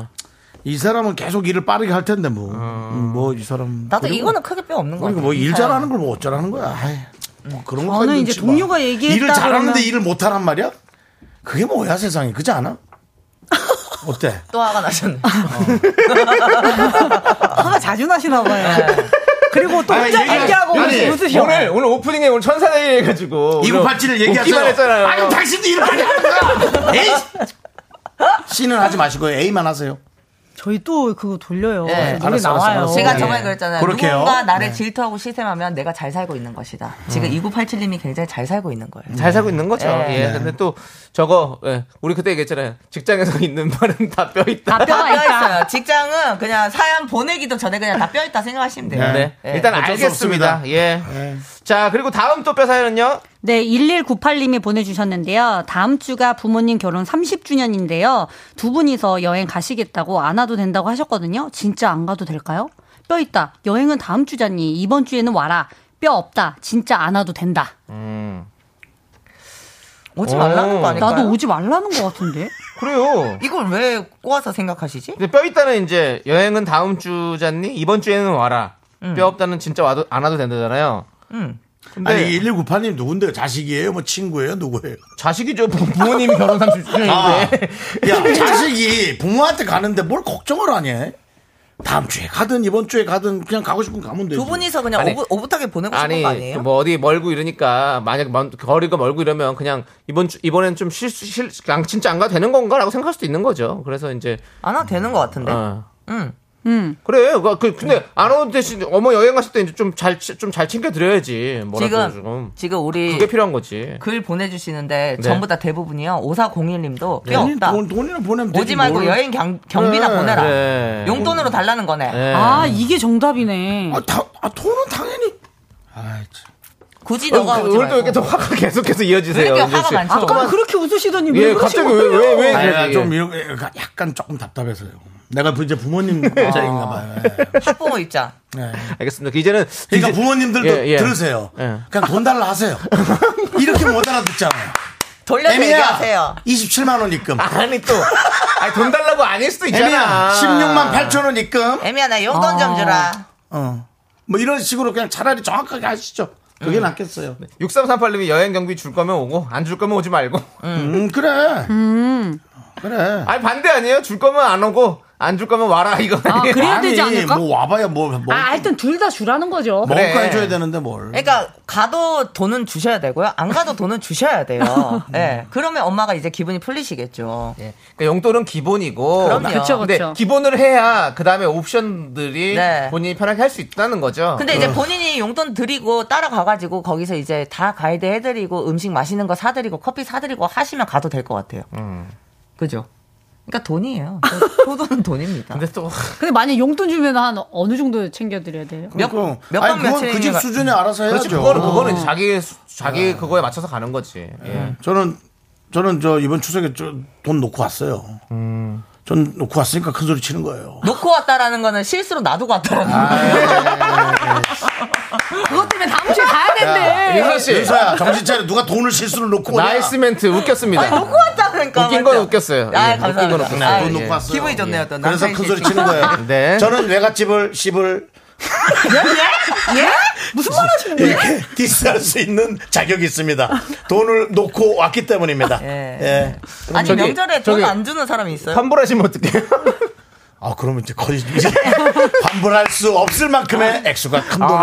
네.
이 사람은 계속 일을 빠르게 할 텐데 뭐. 뭐 이 사람
나도
그리고-
이거는 크게 뼈 없는 네. 거
그리고
어. 같아.
뭐일 잘하는 걸 뭐 어쩌라는 거야. 아이, 뭐 그런 거
저는 이제 동료가 얘기했다
일을 잘하는데
그러면-
일을 못하란 말이야? 그게 뭐야 세상에
*laughs*
그지 않아? 어때?
또 화가 나셨네.
화가 자주 나시나 봐요.
네. 그리고
또 혼자 얘기하고 무슨
오늘 오늘 오프닝에 오늘 천사다리 해가지고
2987을
웃기만
얘기하세요.
했잖아요.
아니, 당신도 이렇게 하는 거야. 에이!
*laughs*
C는 하지 마시고 A만 하세요.
저희 또 그거 돌려요.
네, 알았어,
노래
알았어,
나와요.
알았어.
제가
네.
예.
정말 그랬잖아요.
그렇게요.
누군가 나를
네.
질투하고 시샘하면 내가 잘 살고 있는 것이다. 지금
음.
2987님이 굉장히 잘 살고 있는 거예요.
잘 살고 있는 거죠.
예.
예. 근데 또 저거 예. 우리 그때 얘기했잖아요. 직장에서 *laughs* 있는 말은 다 뼈
아,
있다.
뼈 있어요. 직장은 그냥 사연 보내기도 전에 그냥 다 뼈 있다 생각하시면 돼요.
네. 네.
예.
일단
어쩔 수
알겠습니다.
없습니다.
예. 자, 그리고 다음 또 뼈 사연은요?
네, 1198님이 보내주셨는데요. 다음 주가 부모님 결혼 30주년인데요. 두 분이서 여행 가시겠다고 안 와도 된다고 하셨거든요. 진짜 안 가도 될까요? 뼈 있다. 여행은 다음 주잖니. 이번 주에는 와라. 뼈 없다. 진짜 안 와도 된다.
오지 말라는 거 아닐까요?
나도 오지 말라는 것 같은데.
그래요.
이걸 왜 꼬아서 생각하시지?
근데 뼈 있다는 이제 여행은 다음 주잖니? 이번 주에는 와라. 뼈 없다는 진짜 와도 안 와도 된다잖아요.
음.
근데-
아니 1198님 누군데요? 자식이에요? 뭐 친구예요? 누구예요? 아,
자식이죠. 부모님이 *laughs* 결혼
아.
30주년인데.
*laughs*
야, 자식이 부모한테 가는데 뭘 걱정을 하냐? 다음 주에 가든 이번 주에 가든 그냥 가고 싶으면 가면 되지.
두 분이서 그냥
아니,
오붓, 오붓하게 보내고 싶은
아니
거 아니에요?
뭐 어디 멀고 이러니까 만약 먼- 거리가 멀고 이러면 그냥 이번 주 이번엔 좀 실수 실 안- 진짜 안 가도 되는 건가라고 생각할 수도 있는 거죠. 그래서 이제
안 와도 아, 되는 것 같은데.
어,
음.
음.
그래. 그, 그- 근데 안 와도 대신 어머 여행 갔을 때 이제 좀잘좀 잘 챙겨 드려야지. 뭐라도
지금,
지금
지금 우리
그게 필요한 거지.
글 보내주시는데
네.
전부 다 대부분이요. 5401님도 뼈
네.
없다.
돈, 돈이나 보내면
오지 말고 여행 경, 비나
그래.
보내라.
그래.
용돈으로 달라는 거네.
네.
아, 이게 정답이네.
아, 돈은 당연히.
굳이
어,
너가
그-
오지
오늘 또
말고.
이렇게 또 화가 계속해서 이어지세요.
왜 이렇게
은재
화가
씨.
많죠?
아까 그렇게 웃으시더니 왜
예,
그러시는
갑자기 왜-
거예요?
왜- 왜-
아니, 나
그래,
좀
예.
이렇게 약간 조금 답답해서요. 내가
*laughs*
이제 부모님
아.
입장인가 봐요.
학부모 입장.
네.
알겠습니다. 이제는
그러니까
이제-
부모님들도
예, 예.
들으세요.
예.
그냥 돈
*laughs*
달라 하세요. 이렇게 못 알아듣잖아요.
돌려서
애미야,
얘기하세요.
27만 원 입금.
아니 또 아니 돈 달라고 아닐 수도
애미야,
있잖아.
16만 8천 원 입금.
애미야, 나 용돈 좀 주라.
어. 뭐 이런 식으로 그냥 차라리 정확하게 하시죠.
음.
그게 낫겠어요.
네. 6338님이 여행 경비 줄 거면 오고 안 줄 거면 오지 말고. *laughs*
음, 그래.
음.
그래.
아니 반대 아니에요? 줄 거면 안 오고 안 줄 거면 와라 이거.
아,
아니에요?
그래야 되지
아니,
않을까?
뭐 와봐야 뭐, 뭐,
아, 하여튼 둘 다 주라는 거죠.
먹을
그래.
거 해줘야 되는데 뭘.
그러니까 가도 돈은 주셔야 되고요. 안 가도 돈은 주셔야 *laughs* 돼요. 예. 그러면 엄마가 이제 기분이 풀리시겠죠.
*laughs* 예. 그러니까 용돈은 기본이고.
그럼요. 그쵸,
근데
그쵸.
기본을 해야 그 다음에 옵션들이
네.
본인이 편하게 할 수 있다는 거죠.
근데 이제 본인이 용돈 드리고 따라가가지고 거기서 이제 다 가이드 해드리고 음식 맛있는 거 사드리고 커피 사드리고 하시면 가도 될 것 같아요. 그죠? 그러니까 *laughs* 돈이에요. 소돈은 돈입니다.
근데 또
근데 만약 용돈 주면 한 어느 정도 챙겨드려야 돼요?
몇-
그럼.
몇번
아니, 그건
며칠인가-
그 집 수준에 알아서
그렇지
해야죠. 어.
그거는 뭐. 그거는 이제 자기 수- 자기 그거에 맞춰서 가는 거지. 예.
네.
저는 저는 저 이번 추석에 저 돈 놓고 왔어요.
음.
전 놓고 왔으니까 큰 소리 치는 거예요.
놓고 왔다라는 거는 실수로 놔두고 왔다라는 거예요.
그것 때문에 다음 주에 가야 된대.
예. 윤서 씨
유서야 정신 차려 누가 돈을 실수로 놓고 오냐?
나이스 멘트 웃겼습니다.
아니, 놓고 왔다니까.
웃긴
맞죠?
건 웃겼어요.
아,
예, 웃긴 건
감사합니다.
웃겼어요.
아,
돈
예.
놓고 왔어요. 예.
기분이 좋네요, 또.
그래서
남편이
큰 소리
씨.
치는 거예요.
*laughs* 네.
저는 외갓집을 씹을
예? 무슨 말 하시는 거예요?
이렇게 *laughs* 디스할 수 있는 자격이 있습니다. 돈을 놓고 왔기 때문입니다.
예.
예.
아니,
저기,
명절에
저기.
돈 안 주는 사람이 있어요?
환불하시면 어떡해요?
*laughs* 아 그러면 이제 거의 이제 환불할 수 없을 만큼의 액수가 큰 돈을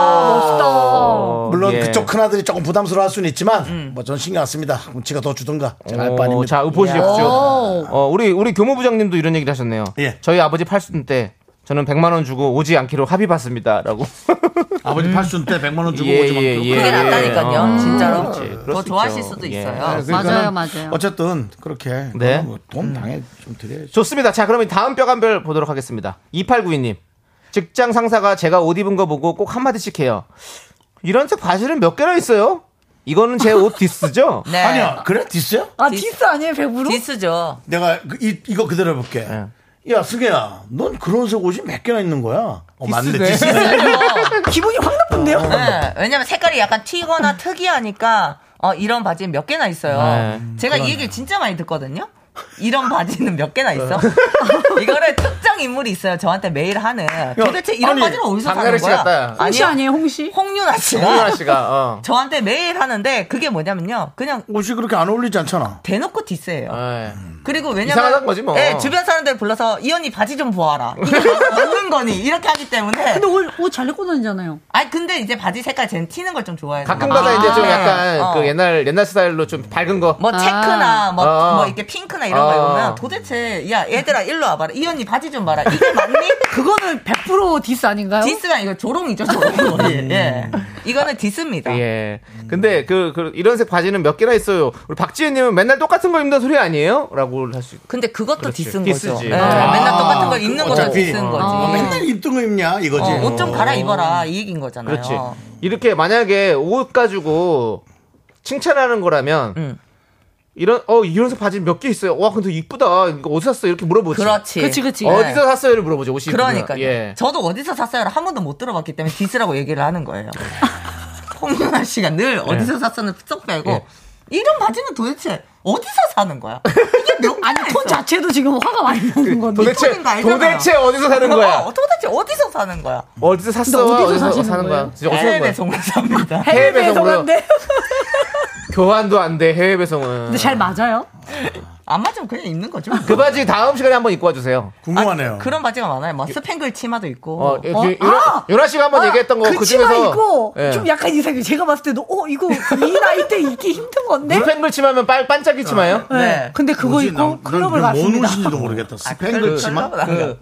멋있다.
어, 물론
예.
그쪽 큰 아들이 조금 부담스러워할 수는 있지만 뭐 전 신경 안 씁니다. 그럼 지가 더 주든가 제가 알바
오,
아닙니다.
자, 보십시오.
오.
어, 우리 우리 교무부장님도 이런 얘기를 하셨네요.
예.
저희 아버지 팔순 때 저는 100만 원 주고 오지 않기로 합의 봤습니다라고.
*laughs* 아버지 팔순 때 100만 원 주고
예,
오지
예,
만큼.
예.
그게 낫다니까요,
어,
진짜로.
그렇지. 그럴
더
수
좋아하실
있죠.
수도
예.
있어요.
그러니까는
맞아요,
음.
맞아요.
어쨌든 그렇게
네.
그거는 뭐돈 당해 좀 드려야죠.
예. 좋습니다. 자, 그러면 다음 뼈간별 보도록 하겠습니다. 2892님. 직장 상사가 제가 옷 입은 거 보고 꼭 한마디씩 해요. 이런 색 바지는 몇 개나 있어요? 이거는 제 옷 디스죠?
네.
아니야 그래 디스야?
아 디스 아니에요, 100%?
디스죠.
내가 그- 이, 이거 그대로 해볼게. 야, 승혜야, 넌 그런 속옷이 몇 개나 있는 거야? 어, 맞네,
디스네.
디스.
*laughs*
기분이 확 나쁜데요? 네. 왜냐면 색깔이 약간 튀거나 특이하니까 어, 이런 바지 몇 개나 있어요.
네.
제가 이
그러네요.
얘기를 진짜 많이 듣거든요. 이런 바지는 몇 개나 있어? *laughs* 이거를 특정 인물이 있어요. 저한테 메일 하는. 도대체 이런
아니,
바지는 어디서 사는
박나래 씨
거야?
같다. 홍씨
아니에요, 홍씨? 홍윤아 씨가.
홍윤아 씨가, 어.
저한테 메일 하는데 그게 뭐냐면요. 그냥
옷이 그렇게 안 어울리지 않잖아.
대놓고 디스해요.
네.
그리고 왜냐면
음. 이상하단 거지, 뭐.
예, 주변 사람들 불러서 이 언니 바지 좀 보아라. 이게 맞는 거니 이렇게 하기 때문에.
근데 옷잘 입고 다니잖아요.
아니 근데 이제 바지 색깔 쟤는 튀는 걸 좀 좋아해요.
가끔가다 이제 좀 약간
어.
그 옛날 옛날 스타일로 좀 밝은 거.
뭐 체크나 뭐,
어.
뭐 이렇게 핑크나 이런 거
어.
입으면 도대체 야 얘들아 일로 와봐라 이 언니 바지 좀 봐라 이게 맞니?
*laughs*
그거는 100% 디스 아닌가요? 디스가 이거 조롱이죠 조롱. 예, 이거는 디스입니다.
음. 예. 근데 그, 그 이런 색 바지는 몇 개나 있어요. 우리 박지혜님은 맨날 똑같은 거 입는 소리 아니에요? 라고 할 수. 있
근데 그것도
디스인
거죠. 예,
아.
맨날 똑같은 거 입는 거죠, 디스인 거지.
그
예.
어, 맨날 입던 거 입냐, 이거지.
어, 옷좀 갈아입어라 이 얘기인 거잖아요.
그렇지. 이렇게 만약에 옷 가지고 칭찬하는 거라면 이런 어 이런 색 바지 몇 개 있어요. 와 근데 이쁘다. 이거 어디서 샀어? 이렇게 물어보지.
그렇지. 그치, 그치.
어디서
네.
샀어요를 물어보지. 옷이 이쁘면.
그러니까요.
예.
저도 어디서 샀어요를 한 번도 못 들어봤기 때문에 디스라고 얘기를 하는
*laughs*
거예요. 홍윤아 씨가 늘 어디서
예.
샀어는 쏙 빼고
예.
이런 바지는 도대체 어디서 사는 거야? 이게 몇 아니 톤 자체도 지금 화가 많이 나는 건데
도대체- 도대체 어디서 사는 거야?
*laughs* 어, 도대체 어디서 사는 거야? 네,
어디서 샀어?
근데 어디서
어디서
사시는
사는 거야?
거예요?
진짜 네, 어디서
해외
산 거야?
배송을 삽니다.
해외 배송으로. 교환도 안 돼. 해외 배송은.
근데 잘 맞아요?
안 맞으면 그냥 입는 거죠. 뭐.
그 바지 다음 시간에 한번 입고 와주세요.
아, 그런 바지가 많아요. 뭐 스팽글 치마도 있고.
예. 어, 예, 그 유라- 유라 씨가 한번 얘기했던 아, 거그
아, 치마
중에서-
입고
예.
좀 약간 이상해. 제가 봤을 때도 어 이거 이 나이 때 입기 힘든 건데.
스팽글 치마면 빨 반짝이 치마요?
네. 근데 그거 입고 클럽을 갔습니다.
옷인지도 모르겠다.
아,
그-
스팽글 치마?
그-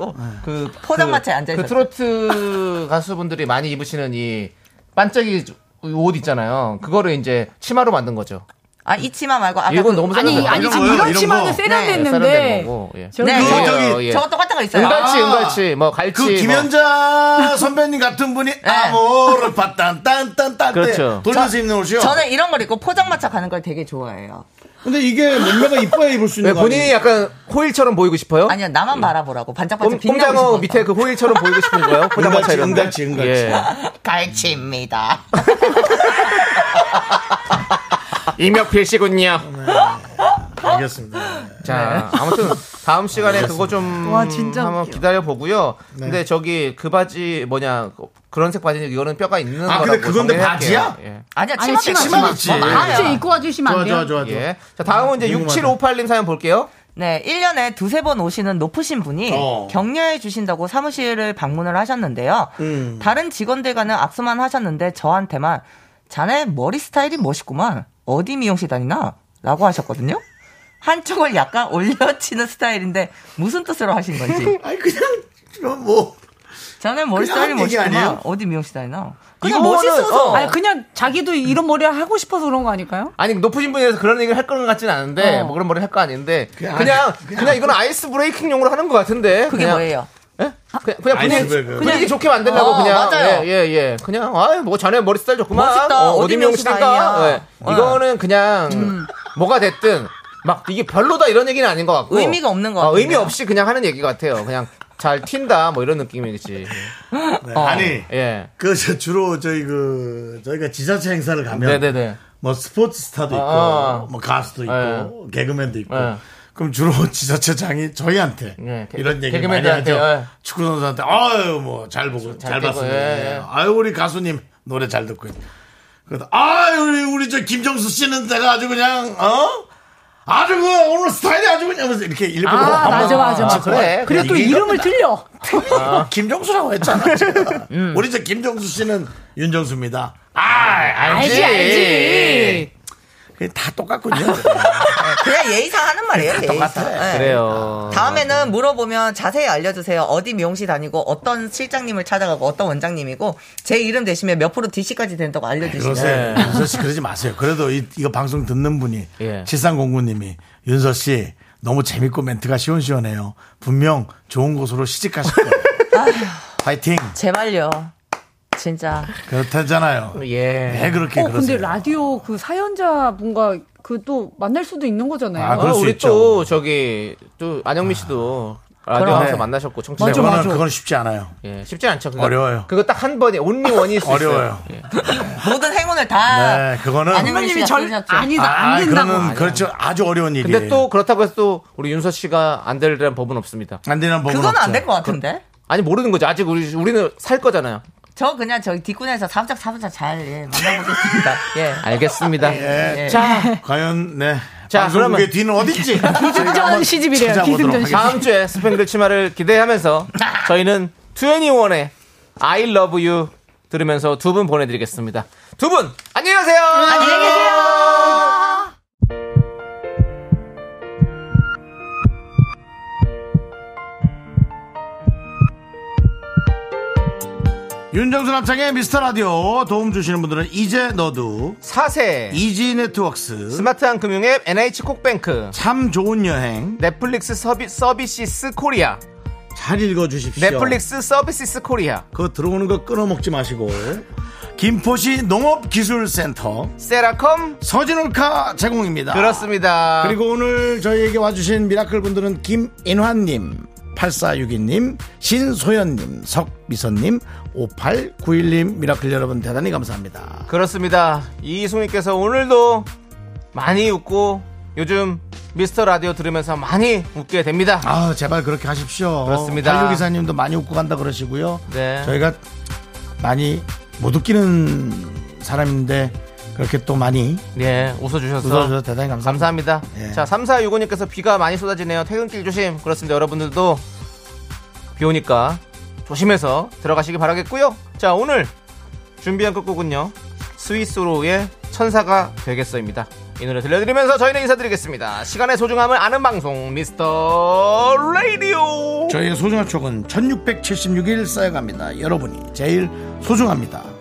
그
포장마차에
그-
앉아있었죠.
그 트로트 가수분들이 많이 입으시는 이 반짝이 옷 있잖아요. 그거를 이제 치마로 만든 거죠.
아, 이 치마 말고 아까
뭐 이건
그-
너무 세련된
아니,
거예요.
아니, 지금 이런
거.
치마는
네,
세련됐는데. 아,
세련된 거고, 예.
저기- 네,
그거예요,
저기-
예.
저거 똑같은 거 있어요.
은갈치,
아.
은갈치, 뭐 갈치.
그 김연자 *laughs* 선배님 같은 분이 아모르 파딴 딴딴딴 때
그렇죠.
돌면서 입는
*laughs*
옷이요.
저는 이런 걸 입고 포장마차 가는 걸 되게 좋아해요.
근데 이게 몸매가 이뻐야 입을 수 있는
왜
거
본인이
아니에요?
약간 호일처럼 보이고 싶어요?
아니요,
음.
나만 바라보라고 반짝반짝 빛나고
꼼장어
싶어서.
밑에 그 호일처럼 보이고 싶은 거예요? 예. 포장마차
은갈치,
이런 거.
은갈치, 은갈치.
*laughs*
*laughs*
갈치입니다.
이명필 씨군요.
알겠습니다.
자, 아무튼 다음 시간에 그거 좀
네. 와, 진짜
한번 기다려 보고요.
네.
근데 저기 그 바지 뭐냐 그- 그런 색 바지 이거는 뼈가 있는
아,
거라고.
근데 그건데
정리할게요.
바지야?
예.
아니야,
아니, 치마, 치마.
뭐
네.
바지 입고 와주시면 안 돼요?
예. 자, 다음은 이제
궁금하다.
6758님 사연 볼게요.
네, 1년에 두세 번 오시는 높으신 분이
어.
격려해 주신다고 사무실을 방문을 하셨는데요.
음.
다른 직원들과는 악수만 하셨는데 저한테만 자네 머리 스타일이 멋있구만. 어디 미용실 다니나? 라고 하셨거든요. 한쪽을 약간 올려치는 스타일인데 무슨 뜻으로 하신
*laughs*
건지.
아니 그냥 뭐
자네 머리
그냥
스타일이
한 얘기
멋있구만.
아니에요?
어디 미용실 다니나? 이거는-
그냥 멋있어서.
어.
아니, 그냥 자기도 이런 머리 하고 싶어서 그런 거 아닐까요?
아니 높으신 분이라서 그런 얘기를 할 건 같진 않은데
어.
뭐 그런 머리 할 거 아닌데 그냥
아니,
그냥,
그냥
이건 아이스 브레이킹용으로 하는 것 같은데
그게 뭐예요?
예? 그냥 그냥
아이스
분위기,
브레이크.
분위기 좋게 만들려고
어,
그냥
맞아요.
예, 예, 예. 그냥 아, 뭐 자네 머리 스타일 좋구만.
멋있다.
어,
어디 어.
디
미용실
명시인가?
다니냐.
예. 이거는 그냥
음.
뭐가 됐든 막 이게 별로다 이런 얘기는 아닌 것 같고
의미가 없는 것
어,
같은데요.
의미 없이 그냥 하는 얘기 같아요. 그냥 잘 튄다 뭐 이런 느낌이겠지.
네.
어.
아니
예.
그 저 주로 저희 그 저희가 지자체 행사를 가면
네네네.
뭐 스포츠 스타도 있고
아.
뭐 가수도 있고
예.
개그맨도 있고
예.
그럼 주로 *laughs* 지자체장이 저희한테
네, 개-
이런 얘기 많이
개그맨들한테,
하죠.
예.
축구 선수한테 아유 뭐 잘 보고 잘,
잘 되고,
봤습니다.
예,
예.
예.
아유 우리 가수님 노래 잘 듣고 있- 그래도 아유 우리 우리 저 김정수 씨는 내가 아주 그냥 어 아주 그 오늘 스타일이 아주 그냥 하면서 이렇게 일부러
아, 맞아, 맞아.
아,
그래. 그래 또
이게
이름을 틀려.
아.
김정수라고 했잖아. 제가.
*laughs* 음.
우리 저 김정수 씨는 윤정수입니다. 아,
알지,
알지,
알지.
그게 다 똑같군요.
*laughs*
그냥 예의상 하는 말이에요. 예의상. 예.
아,
그래요. 어,
네.
다음에는 물어보면 자세히 알려주세요. 어디 미용실 다니고 어떤 실장님을 찾아가고 어떤 원장님이고 제 이름 대신에 몇 프로 DC까지 된다고
그러세요.
알려주시면
윤서 씨 그러지 마세요. 그래도 이, 이거 방송 듣는 분이
예.
7309님이 윤서 씨 너무 재밌고 멘트가 시원시원해요. 분명 좋은 곳으로
*laughs*
시집가실 거예요. 파이팅.
제발요. 진짜.
그렇다잖아요.
예.
왜 그렇게
어, 근데
그러세요? 네,
라디오 그 사연자 분과 그 또 만날 수도 있는 거잖아요.
어, 우리 또 저기 또 안영미 씨도 라디오에서
네.
만나셨고 청취자
맞아,
여러분.
맞아. 그건 쉽지 않아요.
예, 쉽지 않죠. 그거.
어려워요.
그거 딱 한 번에 온리 원일 수
어려워요.
네.
있어요.
모든 행운을 다.
네, 그거는
아니면님이 절 아니
아, 그러면 그렇죠. 아주 어려운 일이에요.
근데 또 그렇다고 해서 또 우리 윤서 씨가 안 되리라는 법은 없습니다.
안 되는
법은
그건 안 될
그렇죠.
것 같은데.
아니 모르는 거죠. 아직 우리 우리는 살 거잖아요.
저 그냥 저기 뒷군에서 사부작 사부작 잘 예,
*laughs*
만나보겠습니다. 예.
알겠습니다.
예.
자,
과연 네.
자,
방송국의
그러면-
뒤는
*laughs*
어딨지?
시집이래요. 기승전 시집.
다음 주에 스팽글 치마를 기대하면서 저희는 21의 I Love You 들으면서 두 분 보내드리겠습니다. 두 분 안녕히 가세요. 안녕히 계세요.
윤정수 남창의 미스터 라디오 도움 주시는 분들은 이제 너도
사세
예. 이지 네트웍스
스마트한 금융앱 NH 콕뱅크
참 좋은 여행
넷플릭스 서비, 서비스 코리아
잘 읽어 주십시오.
넷플릭스 서비스 코리아
그거 들어오는 거 끊어 먹지 마시고 김포시 농업기술센터
세라컴
서진올카 제공입니다.
그렇습니다.
그리고 오늘 저희에게 와주신 미라클 분들은 김인환님, 8462님, 신소연님, 석미선님, 5891님 미라클 여러분 대단히 감사합니다.
그렇습니다. 이송이께서 오늘도 많이 웃고 요즘 미스터 라디오 들으면서 많이 웃게 됩니다.
아 제발 그렇게 하십시오.
그렇습니다.
한류기사님도 많이 웃고 간다 그러시고요.
네.
저희가 많이 못 웃기는 사람인데 그렇게 또 많이
예, 웃어주셔서.
웃어주셔서 대단히 감사합니다.
감사합니다.
예.
자, 3465님께서 비가 많이 쏟아지네요. 퇴근길 조심. 그렇습니다. 여러분들도 비 오니까 조심해서 들어가시기 바라겠고요. 자, 오늘 준비한 끝곡은요. 스위스로의 천사가 되겠어입니다. 이 노래 들려드리면서 저희는 인사드리겠습니다. 시간의 소중함을 아는 방송, 미스터 라디오!
저희의 소중한 추억은 1676일 쌓여갑니다. 여러분이 제일 소중합니다.